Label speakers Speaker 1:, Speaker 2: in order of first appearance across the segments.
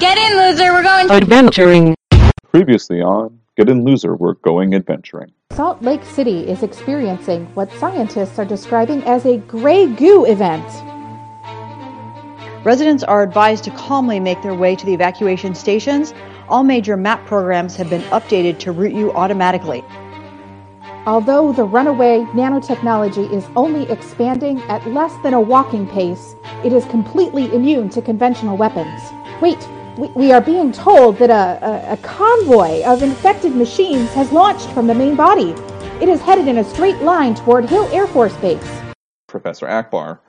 Speaker 1: Get in, loser. We're going.
Speaker 2: Adventuring.
Speaker 3: Previously on Good and Loser We're Going Adventuring.
Speaker 4: Salt Lake City is experiencing what scientists are describing as a gray goo event.
Speaker 5: Residents are advised to calmly make their way to the evacuation stations. All major map programs have been updated to route you automatically.
Speaker 4: Although the runaway nanotechnology is only expanding at less than a walking pace, it is completely immune to conventional weapons. Wait, we, we are being told that a, a, a convoy of infected machines has launched from the main body. It is headed in a straight line toward Hill Air Force Base.
Speaker 3: Professor Akbar,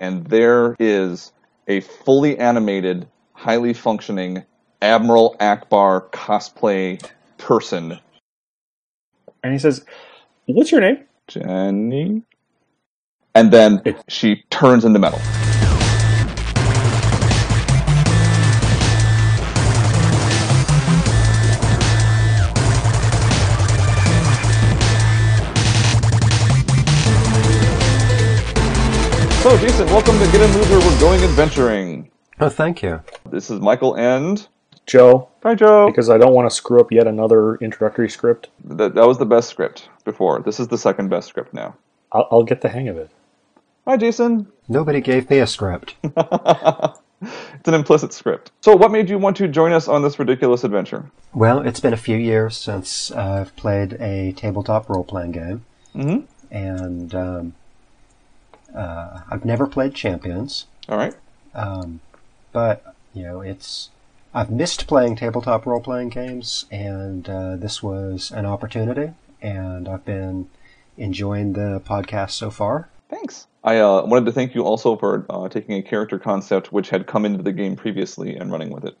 Speaker 3: and there is a fully animated, highly functioning Admiral Akbar cosplay person.
Speaker 6: And he says, What's your name?
Speaker 3: Jenny? And then she turns into metal. So, Jason, welcome to Get a Mover. We're going adventuring.
Speaker 7: Oh, thank you.
Speaker 3: This is Michael and.
Speaker 6: Joe,
Speaker 3: Hi, Joe.
Speaker 6: because I don't want to screw up yet another introductory script.
Speaker 3: That, that was the best script before. This is the second best script now.
Speaker 6: I'll, I'll get the hang of it.
Speaker 3: Hi, Jason.
Speaker 7: Nobody gave me a script.
Speaker 3: It's an implicit script. So, what made you want to join us on this ridiculous adventure?
Speaker 7: well, it's been a few years since I've played a tabletop role playing game. Mm-hmm. And um, uh, I've never played Champions,
Speaker 3: All right.
Speaker 7: but, you know, it's. I've missed playing tabletop role playing games, and uh, this was an opportunity, and I've been enjoying the podcast so far.
Speaker 3: Thanks. I uh, wanted to thank you also for uh, taking a character concept which had come into the game previously and running with it.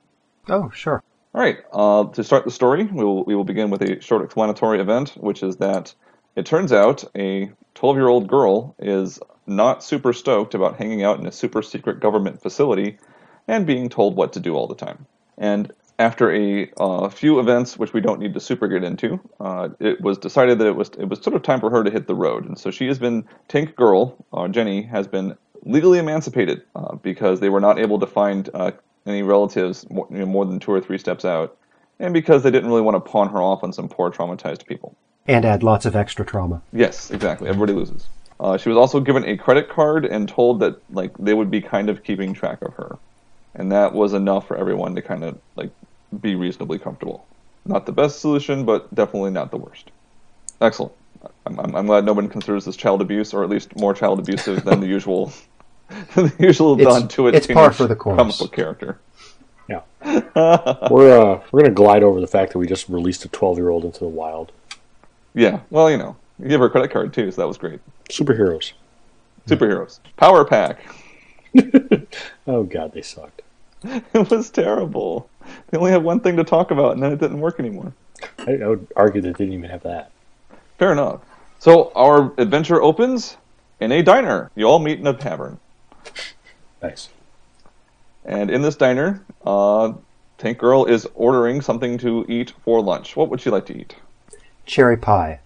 Speaker 7: Oh, sure.
Speaker 3: All right. Uh, to start the story, we will we will begin with a short explanatory event, which is that it turns out a 12 year old girl is not super stoked about hanging out in a super secret government facility and being told what to do all the time. And after a uh, few events, which we don't need to super get into, uh, it was decided that it was it was sort of time for her to hit the road. And so she has been Tank Girl, uh, Jenny has been legally emancipated uh, because they were not able to find uh, any relatives more, you know, more than two or three steps out, and because they didn't really want to pawn her off on some poor traumatized people.
Speaker 7: And add lots of extra trauma.
Speaker 3: Yes, exactly. Everybody loses. Uh, she was also given a credit card and told that like they would be kind of keeping track of her, and that was enough for everyone to kind of like be reasonably comfortable. Not the best solution, but definitely not the worst. Excellent. I'm, I'm, I'm glad no one considers this child abuse, or at least more child abusive than the usual, than the usual
Speaker 7: It's-
Speaker 3: done to it.
Speaker 7: it's par for the course.
Speaker 3: Comic book character.
Speaker 6: Yeah. we're uh, we're going to glide over the fact that we just released a 12 year old into the wild.
Speaker 3: Yeah. Well, you know, you gave her a credit card too, so that was great.
Speaker 6: Superheroes.
Speaker 3: Superheroes. Power pack.
Speaker 6: Oh, God, they sucked.
Speaker 3: It was terrible. They only had one thing to talk about, and then it didn't work anymore.
Speaker 6: I, I would argue they didn't even have that.
Speaker 3: Fair enough. So our adventure opens in a diner. You all meet in a tavern,
Speaker 6: Nice.
Speaker 3: and in this diner, uh, Tank Girl is ordering something to eat for lunch. What would she like to eat?
Speaker 7: Cherry pie.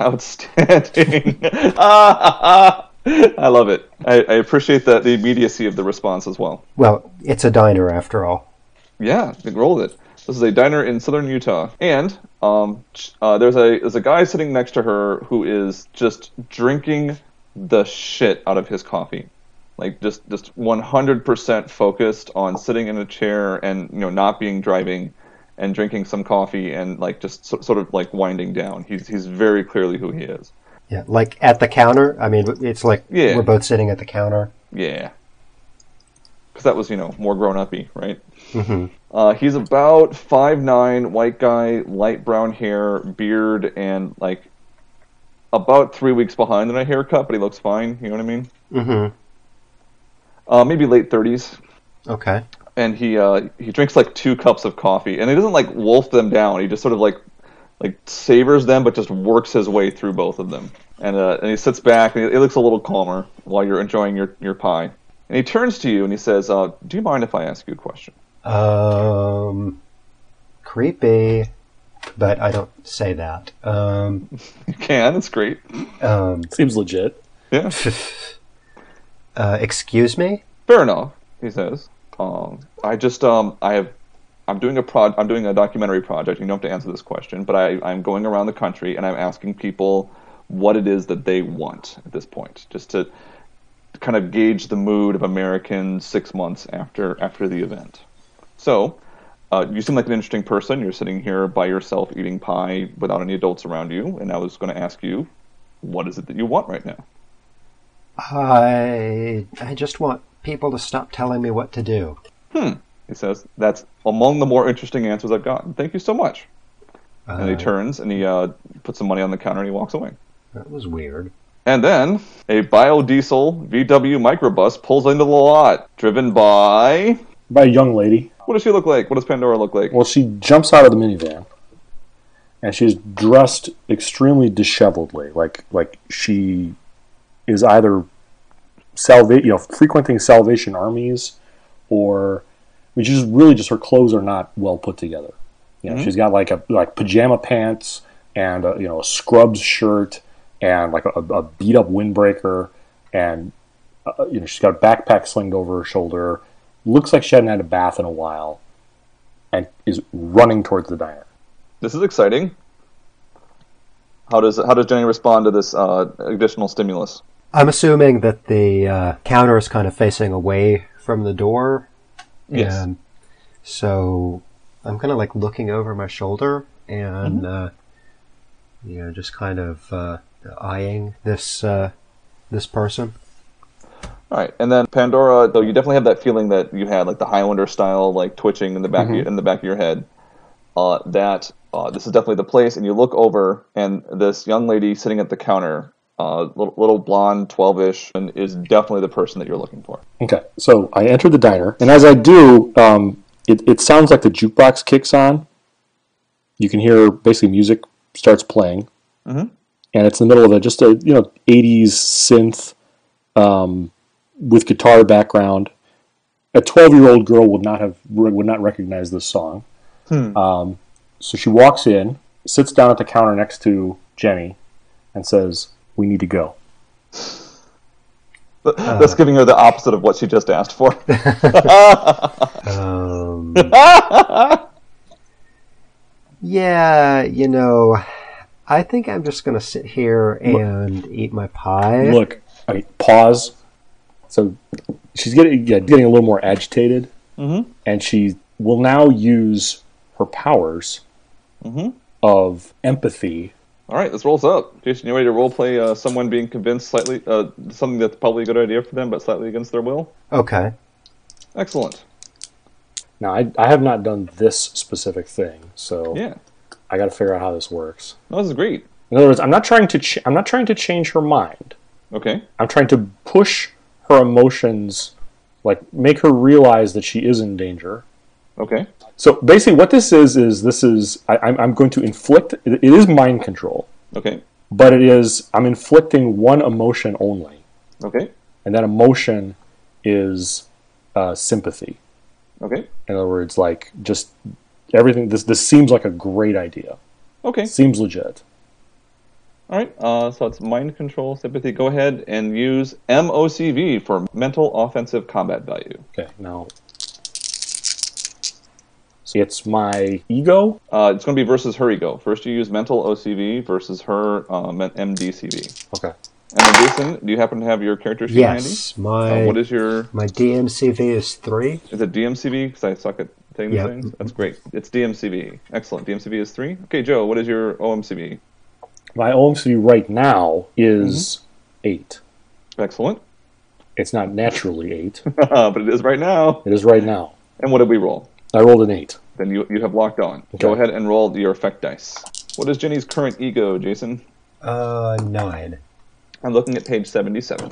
Speaker 3: Outstanding. Ah, I love it. I, I appreciate that the immediacy of the response as well.
Speaker 7: Well, it's a diner after all.
Speaker 3: Yeah, they rolled it. This is a diner in southern Utah, and um, ch- uh, there's a there's a guy sitting next to her who is just drinking the shit out of his coffee, like just just 100% focused on sitting in a chair and you know not being driving, and drinking some coffee and like just so, sort of like winding down. He's he's very clearly who he is.
Speaker 7: Yeah, like at the counter. I mean, it's like
Speaker 3: Yeah.
Speaker 7: we're both sitting at the counter.
Speaker 3: Yeah. Because that was, you know, more grown uppy, right? Mm-hmm. Uh, he's about five nine, white guy, light brown hair, beard, and like about three weeks behind in a haircut, but he looks fine. You know what I mean?
Speaker 7: Mm-hmm.
Speaker 3: Uh, maybe late thirties,
Speaker 7: Okay.
Speaker 3: and he uh, he drinks like two cups of coffee, and he doesn't like wolf them down. He just sort of like like savors them, but just works his way through both of them. And uh, and he sits back, and he, he looks a little calmer while you're enjoying your your pie. And he turns to you and he says, uh, "Do you mind if I ask you a question?"
Speaker 7: Um, creepy, but I don't say that. Um,
Speaker 3: You can. It's great.
Speaker 7: um,
Speaker 6: Seems legit.
Speaker 3: Yeah.
Speaker 7: uh, excuse me.
Speaker 3: Fair enough. He says. Um, I just um, I have I'm doing a prod I'm doing a documentary project. You don't have to answer this question, but I, I'm going around the country and I'm asking people what it is that they want at this point, just to kind of gauge the mood of Americans six months after after the event. So, uh, you seem like an interesting person. You're sitting here by yourself eating pie without any adults around you, and I was going to ask you, what is it that you want right now?
Speaker 7: I I just want people to stop telling me what to do.
Speaker 3: Hmm. He says, that's among the more interesting answers I've gotten. Thank you so much. and he
Speaker 7: Uh,
Speaker 3: turns and he uh, puts some money on the counter and he walks away.
Speaker 7: That was weird.
Speaker 3: And then a biodiesel VW microbus pulls into the lot, driven by.
Speaker 6: By a young lady.
Speaker 3: What does she look like? What does Pandora look like?
Speaker 6: Well, she jumps out of the minivan, and she's dressed extremely disheveledly, like like she is either salva- you know, frequenting Salvation armies, or I mean, she's really just her clothes are not well put together. You know, she's got like a like pajama pants and a, you know a scrubs shirt and like a, a beat up windbreaker, and uh, you know she's got a backpack slinged over her shoulder. Looks like she hadn't had a bath in a while and is running towards the diner.
Speaker 3: This is exciting. How does how does Jenny respond to this uh, additional stimulus?
Speaker 7: I'm assuming that the uh, counter is kind of facing away from the door.
Speaker 3: Yes.
Speaker 7: And so I'm kind of like looking over my shoulder and,
Speaker 3: Mm-hmm.
Speaker 7: uh, you know, just kind of uh, eyeing this uh, this person.
Speaker 3: All right, and then Pandora, though you definitely have that feeling that you had, like the Highlander style, like twitching in the back of your, in the back of your head. Uh, that uh, this is definitely the place, and you look over, and this young lady sitting at the counter, uh, little, little blonde, twelve-ish, and is definitely the person that you're looking for.
Speaker 6: Okay, so I enter the diner, and as I do, um, it, it sounds like the jukebox kicks on. You can hear basically music starts playing, and it's in the middle of it, just a you know '80s synth um, with guitar background. A 12 year old girl would not have would not recognize this song. Um, so she walks in, sits down at the counter next to Jenny, and says, "We need to go."
Speaker 3: Th- That's giving her the opposite of what she just asked for.
Speaker 7: Um, yeah, you know, I think I'm just going to sit here and eat my pie.
Speaker 6: Look, okay, pause. So she's getting yeah, getting a little more agitated, and she will now use her powers of empathy.
Speaker 3: All right, this rolls up. Jason, you ready to roleplay uh, someone being convinced slightly uh, something that's probably a good idea for them, but slightly against their will?
Speaker 7: Okay.
Speaker 3: Excellent.
Speaker 6: Now, I, I have not done this specific thing, so
Speaker 3: Yeah,
Speaker 6: I got to figure out how this works.
Speaker 3: no, this is great.
Speaker 6: In other words, I'm not trying to ch- I'm not trying to change her mind.
Speaker 3: Okay.
Speaker 6: I'm trying to push her emotions, like make her realize that she is in danger.
Speaker 3: Okay.
Speaker 6: So basically, what this is is this is I, I'm, I'm going to inflict. It it is mind control.
Speaker 3: Okay.
Speaker 6: but it is I'm inflicting one emotion only,
Speaker 3: Okay.
Speaker 6: and that emotion is uh, sympathy.
Speaker 3: Okay.
Speaker 6: In other words, like just everything. This this seems like a great idea.
Speaker 3: Okay.
Speaker 6: Seems legit.
Speaker 3: All right. Uh, so it's mind control, sympathy. Go ahead and use MOCV for mental offensive combat value.
Speaker 6: Okay, now so it's my ego.
Speaker 3: Uh, it's going to be versus her ego. First, you use mental OCV versus her um, MDCV.
Speaker 6: Okay,
Speaker 3: And then, Jason, do you happen to have your character sheet
Speaker 7: Yes,
Speaker 3: handy?
Speaker 7: my
Speaker 3: Uh, what is your
Speaker 7: my DMCV is three.
Speaker 3: is it DMCV? Because I suck at saying these
Speaker 7: Yep.
Speaker 3: things. That's great. It's DMCV. Excellent. DMCV is three. Okay, Joe, what is your OMCV?
Speaker 6: my OMC right now
Speaker 3: Mm-hmm.
Speaker 6: is eight.
Speaker 3: Excellent. Uh,
Speaker 6: It's not naturally eight.
Speaker 3: but it is right now.
Speaker 6: it is right now.
Speaker 3: And what did we roll?
Speaker 6: I rolled an eight.
Speaker 3: Then you you have locked on. Go
Speaker 6: Okay.
Speaker 3: ahead and roll your effect dice. What is Jenny's current ego, Jason?
Speaker 7: Uh, nine.
Speaker 3: I'm looking at page 77.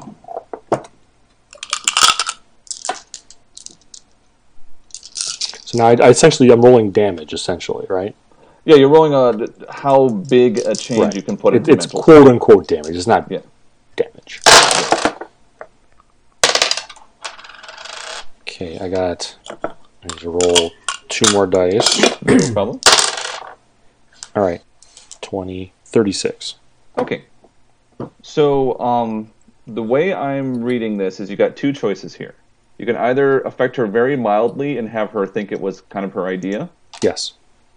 Speaker 6: So now I, I essentially I'm rolling damage essentially, right?
Speaker 3: Yeah, you're rolling on how big a change you can put
Speaker 6: it,
Speaker 3: into
Speaker 6: it's
Speaker 3: mental.
Speaker 6: quote unquote damage. It's not
Speaker 3: Yeah.
Speaker 6: damage. Okay, I got. I need to roll two more dice.
Speaker 3: No problem.
Speaker 6: All right, 20, 36.
Speaker 3: Okay. So, um, the way I'm reading this is you got two choices here. You can either affect her very mildly and have her think it was kind of her idea,
Speaker 6: Yes.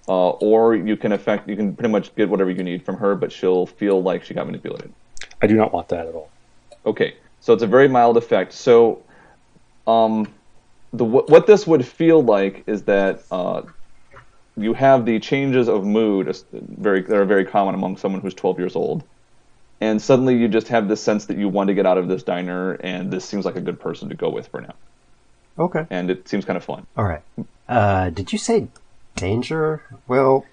Speaker 3: uh, or you can affect you can pretty much get whatever you need from her, but she'll feel like she got manipulated.
Speaker 6: I do not want that at all.
Speaker 3: Okay, so it's a very mild effect. So, um, the wh- what this would feel like is that uh, you have the changes of mood as- very that are very common among someone who's 12 years old, and suddenly you just have this sense that you want to get out of this diner, and this seems like a good person to go with for now,
Speaker 7: Okay.
Speaker 3: and it seems kind of fun.
Speaker 7: All right. Uh, did you say danger? Well,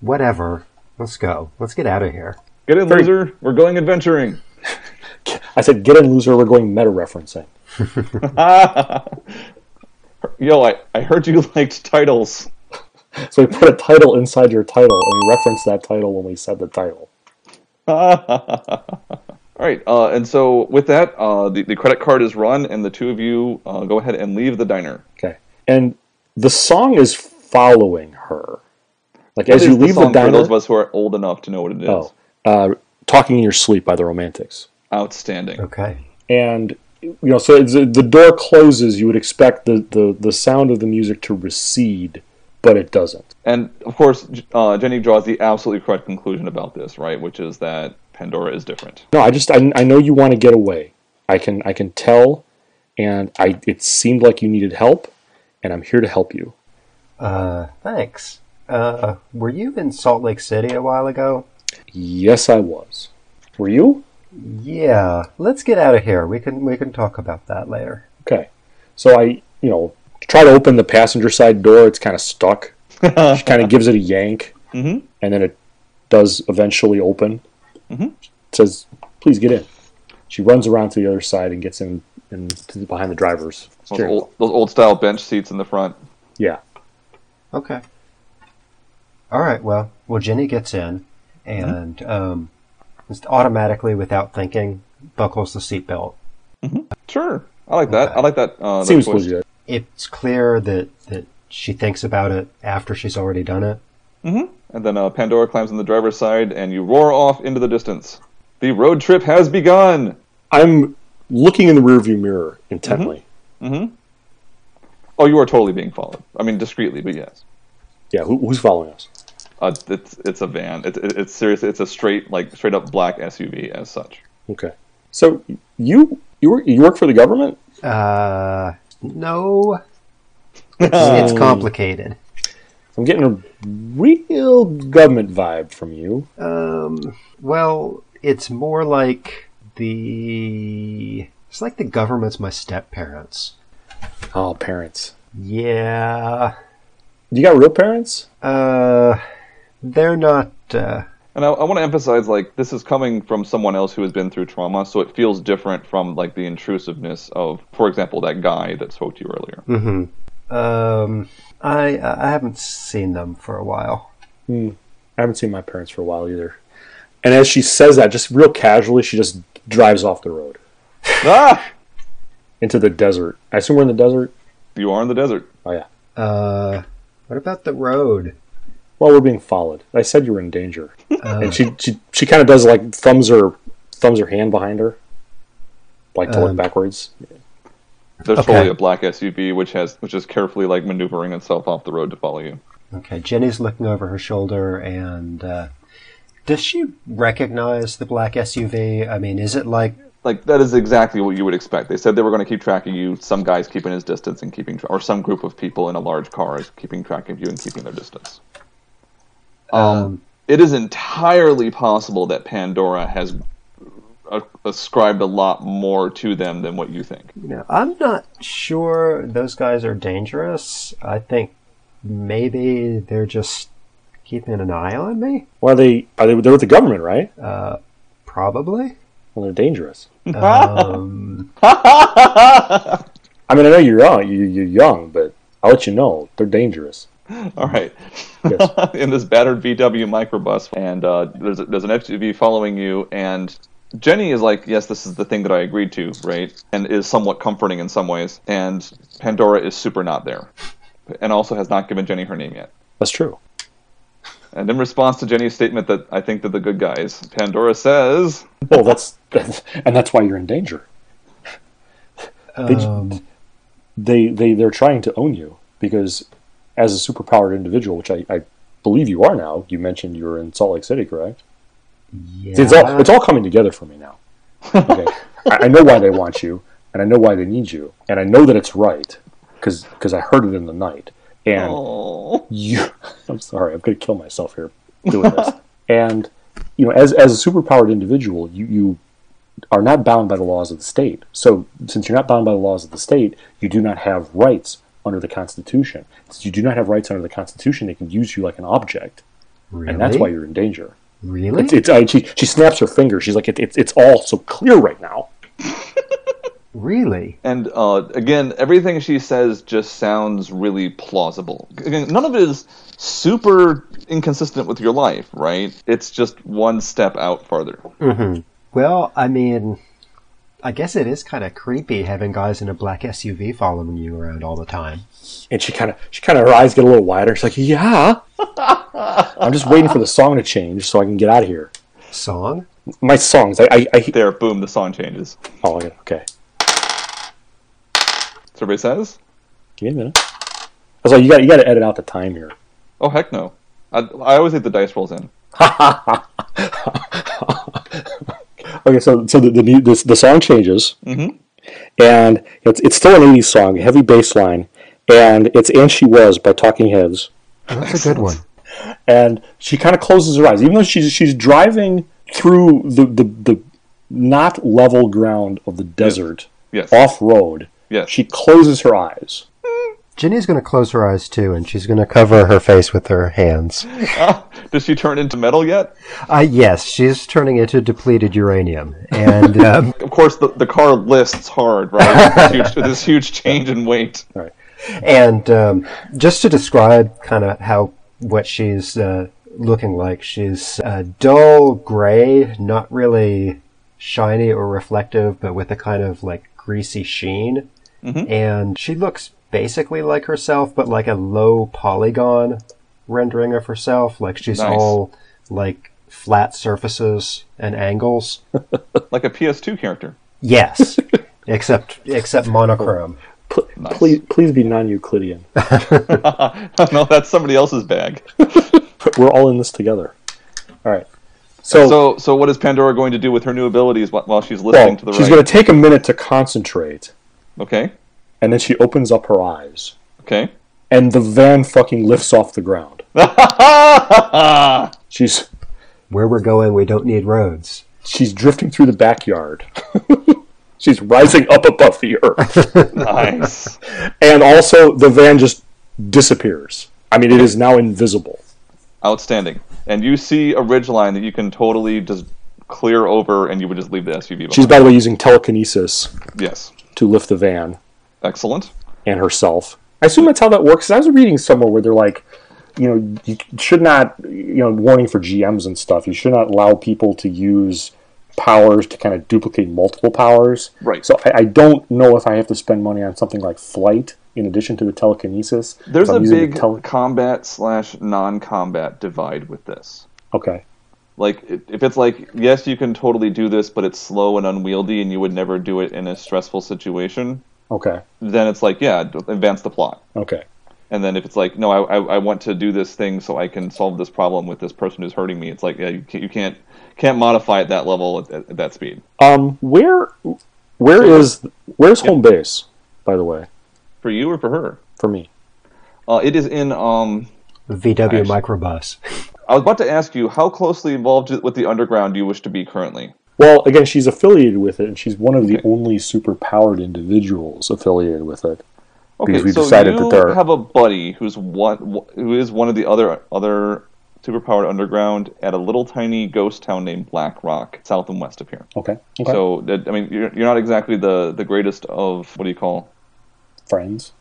Speaker 7: whatever. Let's go. Let's get out of here.
Speaker 3: Get in, loser. We're going adventuring.
Speaker 6: I said, get in, loser. We're going meta referencing.
Speaker 3: Yo, I, I heard you liked titles.
Speaker 6: So we put a title inside your title, and we referenced that title when we said the title.
Speaker 3: All right, uh, and so with that, uh, the, the credit card is run, and the two of you uh, go ahead and leave the diner.
Speaker 6: Okay. And the song is following her. Like as
Speaker 3: What
Speaker 6: you
Speaker 3: is the
Speaker 6: leave the,
Speaker 3: song
Speaker 6: diner.
Speaker 3: for those of us who are old enough to know what it is.
Speaker 6: oh, uh, talking in your sleep by the Romantics.
Speaker 3: Outstanding.
Speaker 7: Okay.
Speaker 6: and you know so it's, the door closes you would expect the, the, the sound of the music to recede but it doesn't
Speaker 3: And of course, J- uh, Jenny draws the absolutely correct conclusion about this, right? Which is that Pandora is different.
Speaker 6: no i just i, I know you want to get away i can i can tell and i it seemed like you needed help and i'm here to help you
Speaker 7: Uh, thanks. Uh, were you in Salt Lake City a while ago?
Speaker 6: yes i was were you
Speaker 7: Yeah. Let's get out of here. We can we can talk about that later.
Speaker 6: okay so i you know try to open the passenger side door it's kind of stuck she kind of gives it a yank and then it does eventually open It says please get in she runs around to the other side and gets in, in to the, behind the driver's
Speaker 3: Those
Speaker 6: steering
Speaker 3: old,
Speaker 6: wheel.
Speaker 3: those old style bench seats in the front.
Speaker 6: yeah
Speaker 7: Okay. All right. Well, well, Jenny gets in, and um, just automatically, without thinking, buckles the seatbelt.
Speaker 3: Sure, I like that. I like that. Uh, that
Speaker 6: seems
Speaker 3: choice.
Speaker 6: legit
Speaker 7: It's clear that that she thinks about it after she's already done it.
Speaker 3: And then uh, Pandora climbs on the driver's side, and you roar off into the distance. The road trip has begun.
Speaker 6: i'm looking in the rearview mirror intently
Speaker 3: Oh, you are totally being followed. I mean, discreetly, but yes.
Speaker 6: yeah who, who's following us
Speaker 3: Uh, it's it's a van. It's it, it's seriously it's a straight like straight up black SUV as such.
Speaker 6: okay so you you work, you work for the government
Speaker 7: Uh, no. It's, it's complicated.
Speaker 6: i'm getting a real government vibe from you
Speaker 7: Um, well, it's more like the. It's like the government's my step parents.
Speaker 6: oh parents
Speaker 7: Yeah.
Speaker 6: you got real parents
Speaker 7: Uh, they're not. Uh,
Speaker 3: And I, I want to emphasize like this is coming from someone else who has been through trauma, so it feels different from like the intrusiveness of, for example, that guy that spoke to you earlier.
Speaker 7: Um, I I haven't seen them for a while.
Speaker 6: I haven't seen my parents for a while either. And as she says that, just real casually, she just drives off the road
Speaker 3: ah,
Speaker 6: into the desert. I assume we're in the desert.
Speaker 3: you are in the desert.
Speaker 6: Oh yeah.
Speaker 7: Uh, what about the road?
Speaker 6: Well, we're being followed. I said you were in danger. and she she, she kind of does like thumbs her thumbs her hand behind her, like to
Speaker 7: Um,
Speaker 6: look backwards.
Speaker 3: There's
Speaker 7: Okay.
Speaker 3: totally a black SUV which has which is carefully like maneuvering itself off the road to follow you.
Speaker 7: Okay, Jenny's looking over her shoulder, and uh, does she recognize the black SUV? I mean, is it like
Speaker 3: Like that is exactly what you would expect. They said they were going to keep track of you. Some guys keeping his distance and keeping, tra- or some group of people in a large car is keeping track of you and keeping their distance.
Speaker 7: um,
Speaker 3: it is entirely possible that Pandora has a- ascribed a lot more to them than what you think.
Speaker 7: you know, I'm not sure those guys are dangerous. I think maybe they're just keeping an eye on me.
Speaker 6: Well, are they are they they're with the government, right?
Speaker 7: Probably.
Speaker 6: Well, they're dangerous.
Speaker 7: Um,
Speaker 6: I mean, I know you're young, you, you're young, but I'll let you know they're dangerous.
Speaker 3: All right,
Speaker 6: Yes.
Speaker 3: in this battered VW microbus, and uh, there's a, there's an SUV following you, and Jenny is like, "Yes, this is the thing that I agreed to," right? And is somewhat comforting in some ways, and Pandora is super not there, and also has not given Jenny her name yet.
Speaker 6: That's true.
Speaker 3: And in response to Jenny's statement that I think that the good guys, Pandora says,
Speaker 6: Well, that's, that's and that's why you're in danger. They, they they they're trying to own you because as a superpowered individual, which I, I believe you are now. You mentioned you were in Salt Lake City, correct?
Speaker 7: Yeah.
Speaker 6: See, it's all it's all coming together for me now. Okay, I, I know why they want you, and I know why they need you, and I know that it's right because I heard it in the night. And you, I'm sorry, I'm going to kill myself here doing this. and you know, as as a superpowered individual, you you are not bound by the laws of the state. So since you're not bound by the laws of the state, you do not have rights under the Constitution. Since you do not have rights under the Constitution, they can use you like an object,
Speaker 7: really?
Speaker 6: and that's why you're in danger.
Speaker 7: really.
Speaker 6: It's, it's, I, she, she snaps her finger. She's like, it, it's it's all so clear right now.
Speaker 7: Really?
Speaker 3: And uh, again, everything she says just sounds really plausible. Again, none of it is super inconsistent with your life, right? It's just one step out farther.
Speaker 7: Well, I mean, I guess it is kind of creepy having guys in a black SUV following you around all the time.
Speaker 6: And she kind of she kind of her eyes get a little wider. She's like, yeah. I'm just waiting for the song to change so I can get out of here.
Speaker 7: Song?
Speaker 6: My songs, I, I, I
Speaker 3: There, boom, the song changes.
Speaker 6: oh yeah, okay.
Speaker 3: So everybody says,
Speaker 6: Give me a minute. I was like, you got you got to edit out the time here.
Speaker 3: "Oh heck no!" I, I always leave the dice rolls in.
Speaker 6: Okay, so so the the, mu- this, the song changes, and it's it's still an '80s song, heavy bass line, and it's "And She Was" by Talking Heads,
Speaker 7: That's a good one.
Speaker 6: and she kind of closes her eyes, even though she's she's driving through the the, the not level ground of the desert,
Speaker 3: Yes.
Speaker 6: off road.
Speaker 3: Yes.
Speaker 6: she closes her eyes.
Speaker 7: Ginny's going to close her eyes too, and she's going to cover her face with her hands.
Speaker 3: Does she turn into metal yet?
Speaker 7: Uh, yes, she's turning into depleted uranium. And um,
Speaker 3: Of course, the, the car lists hard, right? this, huge, this huge change in weight.
Speaker 7: and um, just to describe kind of how what she's uh, looking like, she's uh, dull gray, not really shiny or reflective, but with a kind of like greasy sheen. And she looks basically like herself, but like a low polygon rendering of herself. Like she's
Speaker 3: Nice.
Speaker 7: all like flat surfaces and angles.
Speaker 3: like a PS2 character.
Speaker 7: Yes, except except monochrome.
Speaker 6: Pl- Please please be non-Euclidean.
Speaker 3: no, that's somebody else's bag.
Speaker 6: We're all in this together. All right.
Speaker 3: So, so what is Pandora going to do with her new abilities wh- while she's listening
Speaker 6: Well,
Speaker 3: to the
Speaker 6: she's
Speaker 3: right?
Speaker 6: going to take a minute to concentrate,
Speaker 3: Okay,
Speaker 6: and then she opens up her eyes,
Speaker 3: okay.
Speaker 6: and the van fucking lifts off the ground. she's
Speaker 7: Where we're going, we don't need roads.
Speaker 6: she's drifting through the backyard. she's rising up above the earth,
Speaker 3: Nice.
Speaker 6: and also the van just disappears. I mean, it is now invisible.
Speaker 3: Outstanding. And you see a ridgeline that you can totally just clear over, and you would just leave the SUV.
Speaker 6: She's
Speaker 3: Behind.
Speaker 6: by the way using telekinesis
Speaker 3: Yes.
Speaker 6: to lift the van
Speaker 3: Excellent.
Speaker 6: and herself. I assume that's how that works. I was reading somewhere where they're like, you know, you should not, you know, warning for GMs and stuff. You should not allow people to use powers to kind of duplicate multiple powers.
Speaker 3: Right.
Speaker 6: So I, I don't know if I have to spend money on something like flight in addition to the telekinesis.
Speaker 3: There's
Speaker 6: If
Speaker 3: a
Speaker 6: I'm using the
Speaker 3: big
Speaker 6: tele-
Speaker 3: combat slash non-combat divide with this.
Speaker 6: okay.
Speaker 3: Like, i- if it's like, yes, you can totally do this, but it's slow and unwieldy, and you would never do it in a stressful situation,
Speaker 6: Okay.
Speaker 3: then it's like, yeah, d- advance the plot.
Speaker 6: Okay.
Speaker 3: And then if it's like, no, I, I, I want to do this thing so I can solve this problem with this person who's hurting me, it's like, yeah, you can't you can't, can't modify at that level at, at, at that speed.
Speaker 6: Um, where, where is, where's home base? By the way,
Speaker 3: For you or for her?
Speaker 6: for me.
Speaker 3: Uh, it is in. Um,
Speaker 7: VW microbus.
Speaker 3: I was about to ask you how closely involved with the underground do you wish to be currently?
Speaker 6: Well, again, she's affiliated with it, and she's one of the only superpowered individuals affiliated with it.
Speaker 3: Okay,
Speaker 6: Because we
Speaker 3: so
Speaker 6: decided that
Speaker 3: you
Speaker 6: there-
Speaker 3: have a buddy who's one who is one of the other other superpowered underground at a little tiny ghost town named Black Rock, south and west of here.
Speaker 6: Okay. Okay.
Speaker 3: So that- I mean, you're, you're not exactly the the greatest of what do you call?
Speaker 6: friends.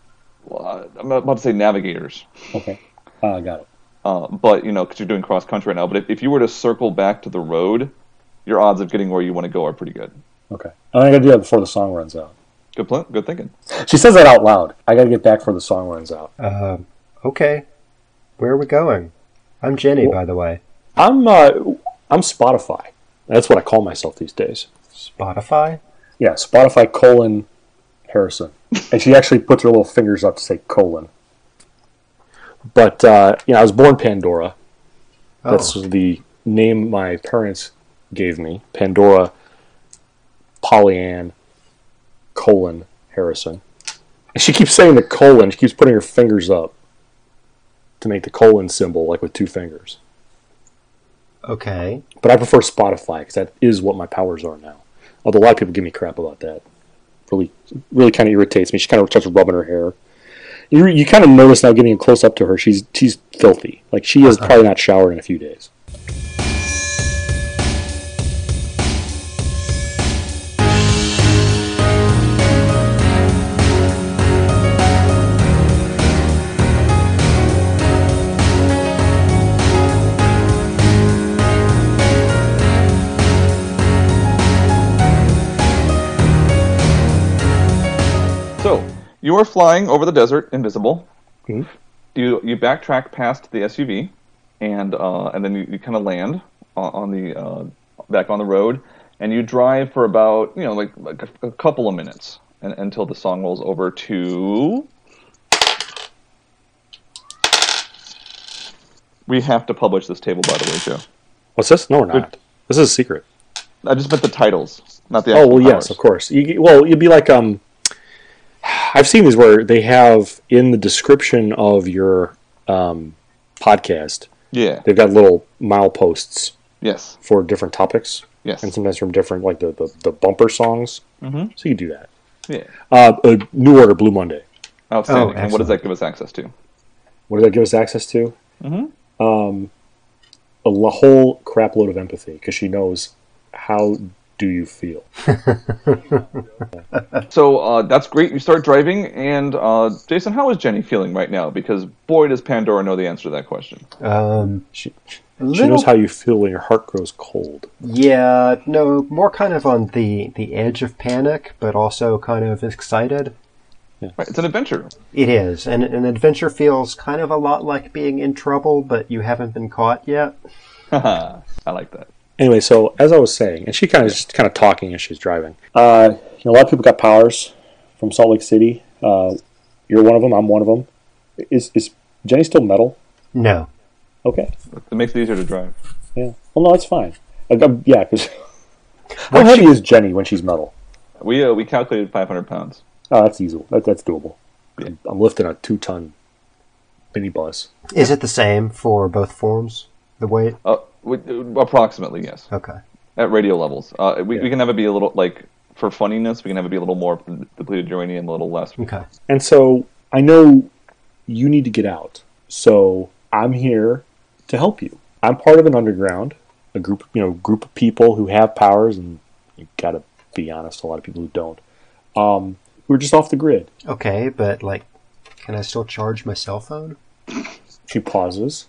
Speaker 3: Uh, I'm about to say navigators.
Speaker 6: Okay. Uh, got it.
Speaker 3: Uh, but you know, because you're doing cross country right now. But if, if you were to circle back to the road, your odds of getting where you want to go are pretty good.
Speaker 6: Okay. And I gotta do that before the song runs out.
Speaker 3: Good plan. Good thinking.
Speaker 6: She says that out loud. I gotta get back before the song runs out.
Speaker 7: Um, okay. Where are we going? I'm Jenny, by the way.
Speaker 6: I'm uh, I'm Spotify. That's what I call myself these days.
Speaker 7: Spotify?
Speaker 6: Yeah, Spotify colon comparison. And she actually puts her little fingers up to say colon. But uh, you know, I was born Pandora. That's
Speaker 7: Oh,
Speaker 6: the name my parents gave me. Pandora Pollyann colon Harrison. And she keeps saying the colon. She keeps putting her fingers up to make the colon symbol, like with two fingers.
Speaker 7: okay.
Speaker 6: But I prefer Spotify because that is what my powers are now. Although a lot of people give me crap about that. Really, really kind of irritates me. She kind of starts rubbing her hair. You, you kind of notice now getting close up to her. She's she's filthy. Like she has probably not showered in a few days.
Speaker 3: So you are flying over the desert, invisible.
Speaker 6: Mhm.
Speaker 3: You you backtrack past the SUV, and uh, and then you, you kind of land on, on the uh, back on the road, and you drive for about you know like like a, a couple of minutes and, until the song rolls over to. We have to publish this table, by the way, Joe.
Speaker 6: What's this? No, we're not. This is a secret.
Speaker 3: I just meant the titles, not the.
Speaker 6: Oh
Speaker 3: actual
Speaker 6: well, yes,
Speaker 3: powers.
Speaker 6: of course. You, well, you'd be like um, I've seen these where they have in the description of your um, podcast,
Speaker 3: Yeah.
Speaker 6: they've got little mileposts
Speaker 3: Yes.
Speaker 6: for different topics,
Speaker 3: Yes.
Speaker 6: and sometimes from different like the the, the bumper songs. Mm-hmm. So you could do that.
Speaker 3: Yeah.
Speaker 6: Uh, uh, New Order Blue Monday.
Speaker 3: Outstanding.
Speaker 7: Oh,
Speaker 3: and what does
Speaker 7: excellent.
Speaker 3: that give us access to?
Speaker 6: What does that give us access to? Mm-hmm. Um, a lo- whole crap load of empathy because she knows how do you feel.
Speaker 3: So uh, that's great. You start driving, and uh, Jason, how is Jenny feeling right now? Because boy, does Pandora know the answer to that question.
Speaker 7: Um,
Speaker 6: She,
Speaker 7: a
Speaker 6: she
Speaker 7: little,
Speaker 6: knows how you feel when your heart grows cold.
Speaker 7: yeah, no, more kind of on the the edge of panic, but also kind of excited.
Speaker 3: Right, it's an adventure.
Speaker 7: It is, and an adventure feels kind of a lot like being in trouble, but you haven't been caught yet.
Speaker 3: I like that.
Speaker 6: anyway, so as I was saying, and she kind of just kind of talking as she's driving. Uh, you know, a lot of people got powers from Salt Lake City. Uh, you're one of them. I'm one of them. Is is Jenny still metal?
Speaker 7: No,
Speaker 6: Okay.
Speaker 3: It makes it easier to drive.
Speaker 6: Yeah. Well, no, that's fine. Like, um, yeah, because how heavy is Jenny when she's metal?
Speaker 3: We uh, we calculated 500 pounds.
Speaker 6: Oh, that's easy. That, that's doable. I'm, I'm lifting a two ton mini bus.
Speaker 7: is it the same for both forms? The weight?
Speaker 3: Uh, we, uh, approximately, yes.
Speaker 7: Okay.
Speaker 3: At radio levels, uh, we, we can have it be a little like for funniness. We can have it be a little more depleted uranium, a little less.
Speaker 7: Okay.
Speaker 6: And so I know you need to get out. So I'm here to help you. I'm part of an underground, a group, you know, group of people who have powers, and you gotta be honest, a lot of people who don't, um, who are just off the grid.
Speaker 7: Okay, but like, can I still charge my cell phone?
Speaker 6: She pauses.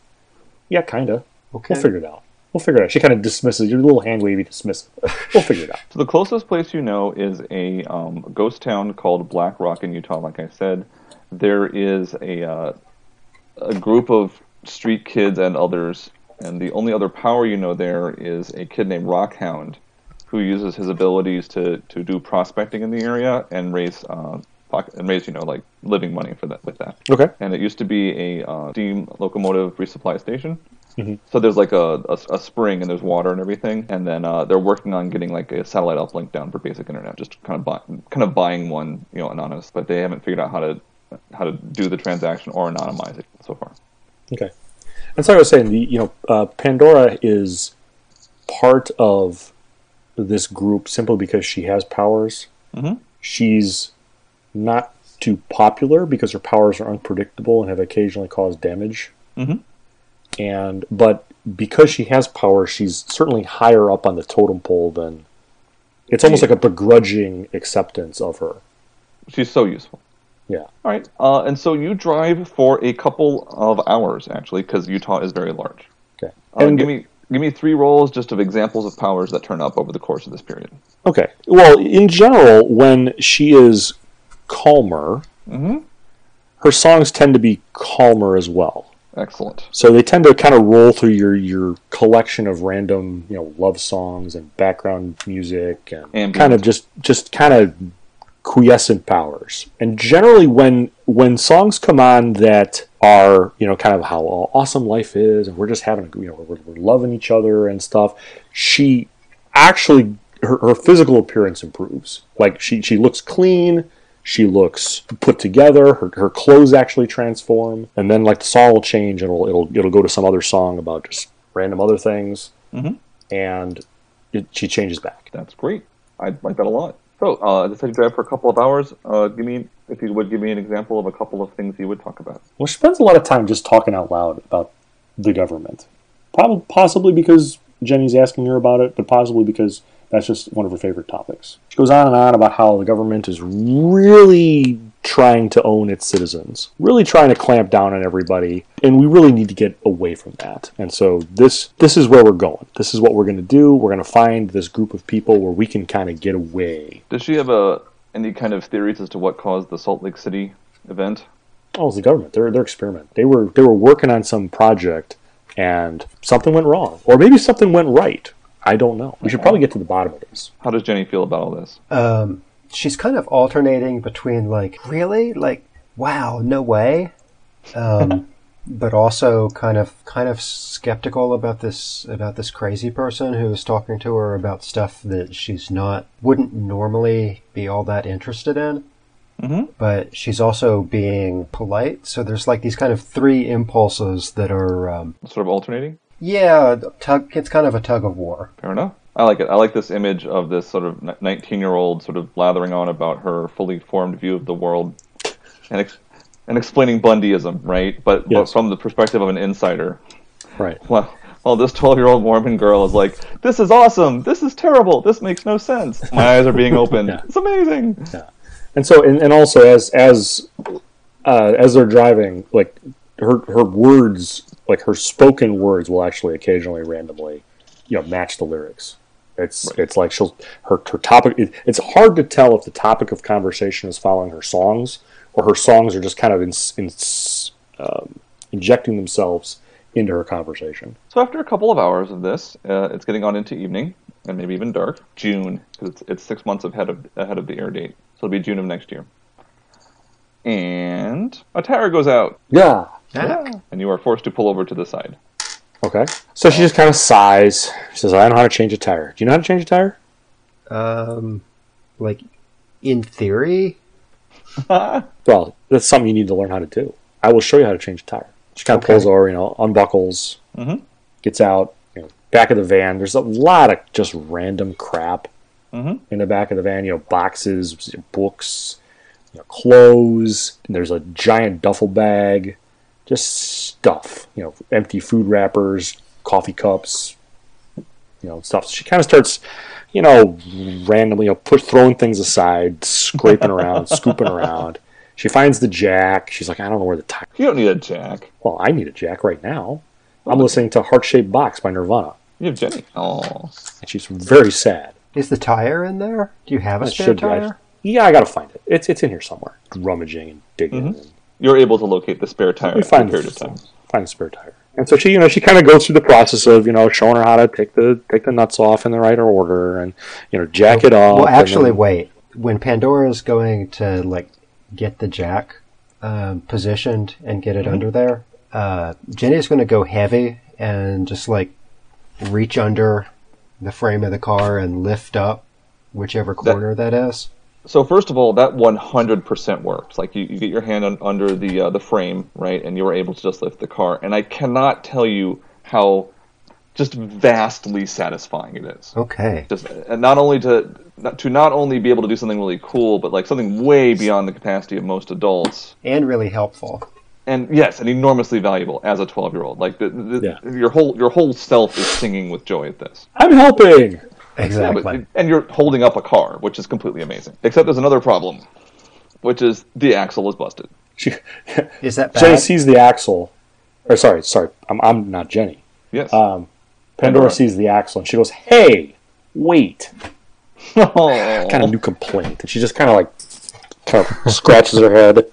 Speaker 6: Yeah, kinda.
Speaker 7: Okay.
Speaker 6: We'll figure it out. We'll figure it out. She kind of dismisses your little hand wavy dismissive. We'll figure it out.
Speaker 3: So the closest place you know is a um, ghost town called Black Rock in Utah. Like I said, there is a uh, a group of street kids and others, and the only other power you know there is a kid named Rockhound, who uses his abilities to, to do prospecting in the area and raise uh, pocket, and raise you know like living money for that with that.
Speaker 6: Okay.
Speaker 3: And it used to be a uh, steam locomotive resupply station. So there's like a, a, a spring and there's water and everything, and then uh, they're working on getting like a satellite uplink down for basic internet, just kind of buy, kind of buying one, you know, anonymous. But they haven't figured out how to how to do the transaction or anonymize it so far.
Speaker 6: Okay. And so I was saying, the you know, uh, Pandora is part of this group simply because she has powers.
Speaker 3: Mhm.
Speaker 6: She's not too popular because her powers are unpredictable and have occasionally caused damage.
Speaker 3: Mhm.
Speaker 6: And but because she has power, she's certainly higher up on the totem pole than. It's almost like a begrudging acceptance of her.
Speaker 3: She's so useful.
Speaker 6: Yeah.
Speaker 3: All right, uh, and so you drive for a couple of hours actually, because Utah is very large.
Speaker 6: Okay.
Speaker 3: Uh, give me give me three rolls just of examples of powers that turn up over the course of this period.
Speaker 6: Okay. Well, in general, when she is calmer, her songs tend to be calmer as well.
Speaker 3: Excellent.
Speaker 6: So they tend to kind of roll through your, your collection of random, you know, love songs and background music and
Speaker 3: Ambient.
Speaker 6: kind of just just kind of quiescent powers. And generally, when when songs come on that are you know kind of how awesome life is, and we're just having you know we're, we're loving each other and stuff, she actually her, her physical appearance improves. Like she she looks clean. She looks put together. Her, her clothes actually transform, and then like the song will change. and It'll it'll it'll go to some other song about just random other things,
Speaker 3: Mhm.
Speaker 6: and it, she changes back.
Speaker 3: That's great. I like that a lot. So, uh, this I drive for a couple of hours. Uh, give me, if you would, give me an example of a couple of things you would talk about.
Speaker 6: Well, she spends a lot of time just talking out loud about the government. Probably, possibly because Jenny's asking her about it, but possibly because that's just one of her favorite topics. She goes on and on about how the government is really trying to own its citizens, really trying to clamp down on everybody, and we really need to get away from that. And so this this is where we're going. This is what we're going to do. We're going to find this group of people where we can kind of get away.
Speaker 3: Does she have a any kind of theories as to what caused the Salt Lake City event?
Speaker 6: Oh, it was the government. They're they're experiment. They were they were working on some project, and something went wrong, or maybe something went right. I don't know. We should probably get to the bottom of this.
Speaker 3: How does Jenny feel about all this?
Speaker 7: Um, she's kind of alternating between like, really, like, wow, no way, um, but also kind of kind of skeptical about this about this crazy person who is talking to her about stuff that she's not wouldn't normally be all that interested in.
Speaker 3: Mhm.
Speaker 7: But she's also being polite, so there's like these kind of three impulses that are, um,
Speaker 3: Sort of alternating.
Speaker 7: yeah, tug. It's kind of a tug of war.
Speaker 3: Fair enough. I like it. I like this image of this sort of 19 year old sort of blathering on about her fully formed view of the world and, ex- and explaining Bundyism, right? But, but
Speaker 6: Yes.
Speaker 3: from the perspective of an insider.
Speaker 6: Right.
Speaker 3: Well, well, this 12 year old Mormon girl is like, this is awesome. This is terrible. This makes no sense. My eyes are being opened. It's amazing.
Speaker 6: And so, and, and also as as uh, as they're driving, like her her words, like her spoken words, will actually occasionally randomly, you know, match the lyrics. It's it's like she'll her her topic. It, it's hard to tell if the topic of conversation is following her songs or her songs are just kind of in, in, um, injecting themselves into her conversation.
Speaker 3: So after a couple of hours of this, uh, it's getting on into evening and maybe even dark. June, because it's, it's six months ahead of ahead of the air date, so it'll be June of next year. And a tire goes out,
Speaker 6: Yeah.
Speaker 3: and you are forced to pull over to the side.
Speaker 6: Okay. So she just kind of sighs. She says, "I know how to change a tire. Do you know how to change a tire?"
Speaker 7: Um, like, in theory,
Speaker 6: Well, that's something you need to learn how to do. I will show you how to change a tire. She kind of
Speaker 7: Okay.
Speaker 6: pulls over, you know, unbuckles,
Speaker 3: Mhm.
Speaker 6: gets out, you know, back of the van. There's a lot of just random crap
Speaker 3: Mhm.
Speaker 6: in the back of the van. You know, boxes, books, you know, clothes. And there's a giant duffel bag, just stuff. You know, empty food wrappers, coffee cups, you know, stuff. So she kind of starts, you know, randomly, you know, push, throwing things aside, scraping around, scooping around. She finds the jack. She's like, I don't know where the tire.
Speaker 3: You don't need a jack.
Speaker 6: Well, I need a jack right now. I'm listening to Heart Shaped Box by Nirvana,
Speaker 3: You have Jenny. Oh,
Speaker 6: and she's very sad.
Speaker 7: Is the tire in there? Do you have a
Speaker 6: I
Speaker 7: spare
Speaker 6: be- I-
Speaker 7: tire?
Speaker 6: yeah, I gotta find it. It's it's in here somewhere. Rummaging and digging.
Speaker 7: Mm-hmm.
Speaker 6: And
Speaker 3: you're able to locate the spare tire
Speaker 6: we
Speaker 3: in
Speaker 6: find
Speaker 3: a
Speaker 6: the-
Speaker 3: period of time.
Speaker 6: Find a spare tire. And so she, you know, she kind of goes through the process of, you know, showing her how to take the take the nuts off in the right order, and you know, jack it off.
Speaker 7: well,
Speaker 6: and
Speaker 7: actually,
Speaker 6: then-
Speaker 7: wait. When Pandora's going to like get the jack um, positioned and get it
Speaker 6: Mm-hmm.
Speaker 7: under there, uh, Jenny's going to go heavy and just like reach under the frame of the car and lift up whichever corner that is.
Speaker 3: So first of all, that 100% works. Like you, you get your hand on, under the uh, the frame, right, and you were able to just lift the car. And I cannot tell you how just vastly satisfying it is.
Speaker 7: Okay.
Speaker 3: Just and not only to not, to not only be able to do something really cool, but like something way beyond the capacity of most adults.
Speaker 7: And really helpful.
Speaker 3: And yes, and enormously valuable as a 12 year old. Like the, the, your whole your whole self is singing with joy at this.
Speaker 6: I'm helping.
Speaker 3: Yeah, but- and you're holding up a car, which is completely amazing. Except there's another problem, which is the axle is busted.
Speaker 6: She,
Speaker 7: Is that
Speaker 6: Jenny
Speaker 7: bad?
Speaker 6: sees the axle, or sorry, sorry, I'm, I'm not Jenny. Um,
Speaker 3: Yes.
Speaker 7: Uh,
Speaker 6: Pandora
Speaker 3: Pandora.
Speaker 6: sees the axle and she goes, "Hey, wait!"
Speaker 3: Oh.
Speaker 6: Kind of new complaint, and she just kind of like kind of scratches her head.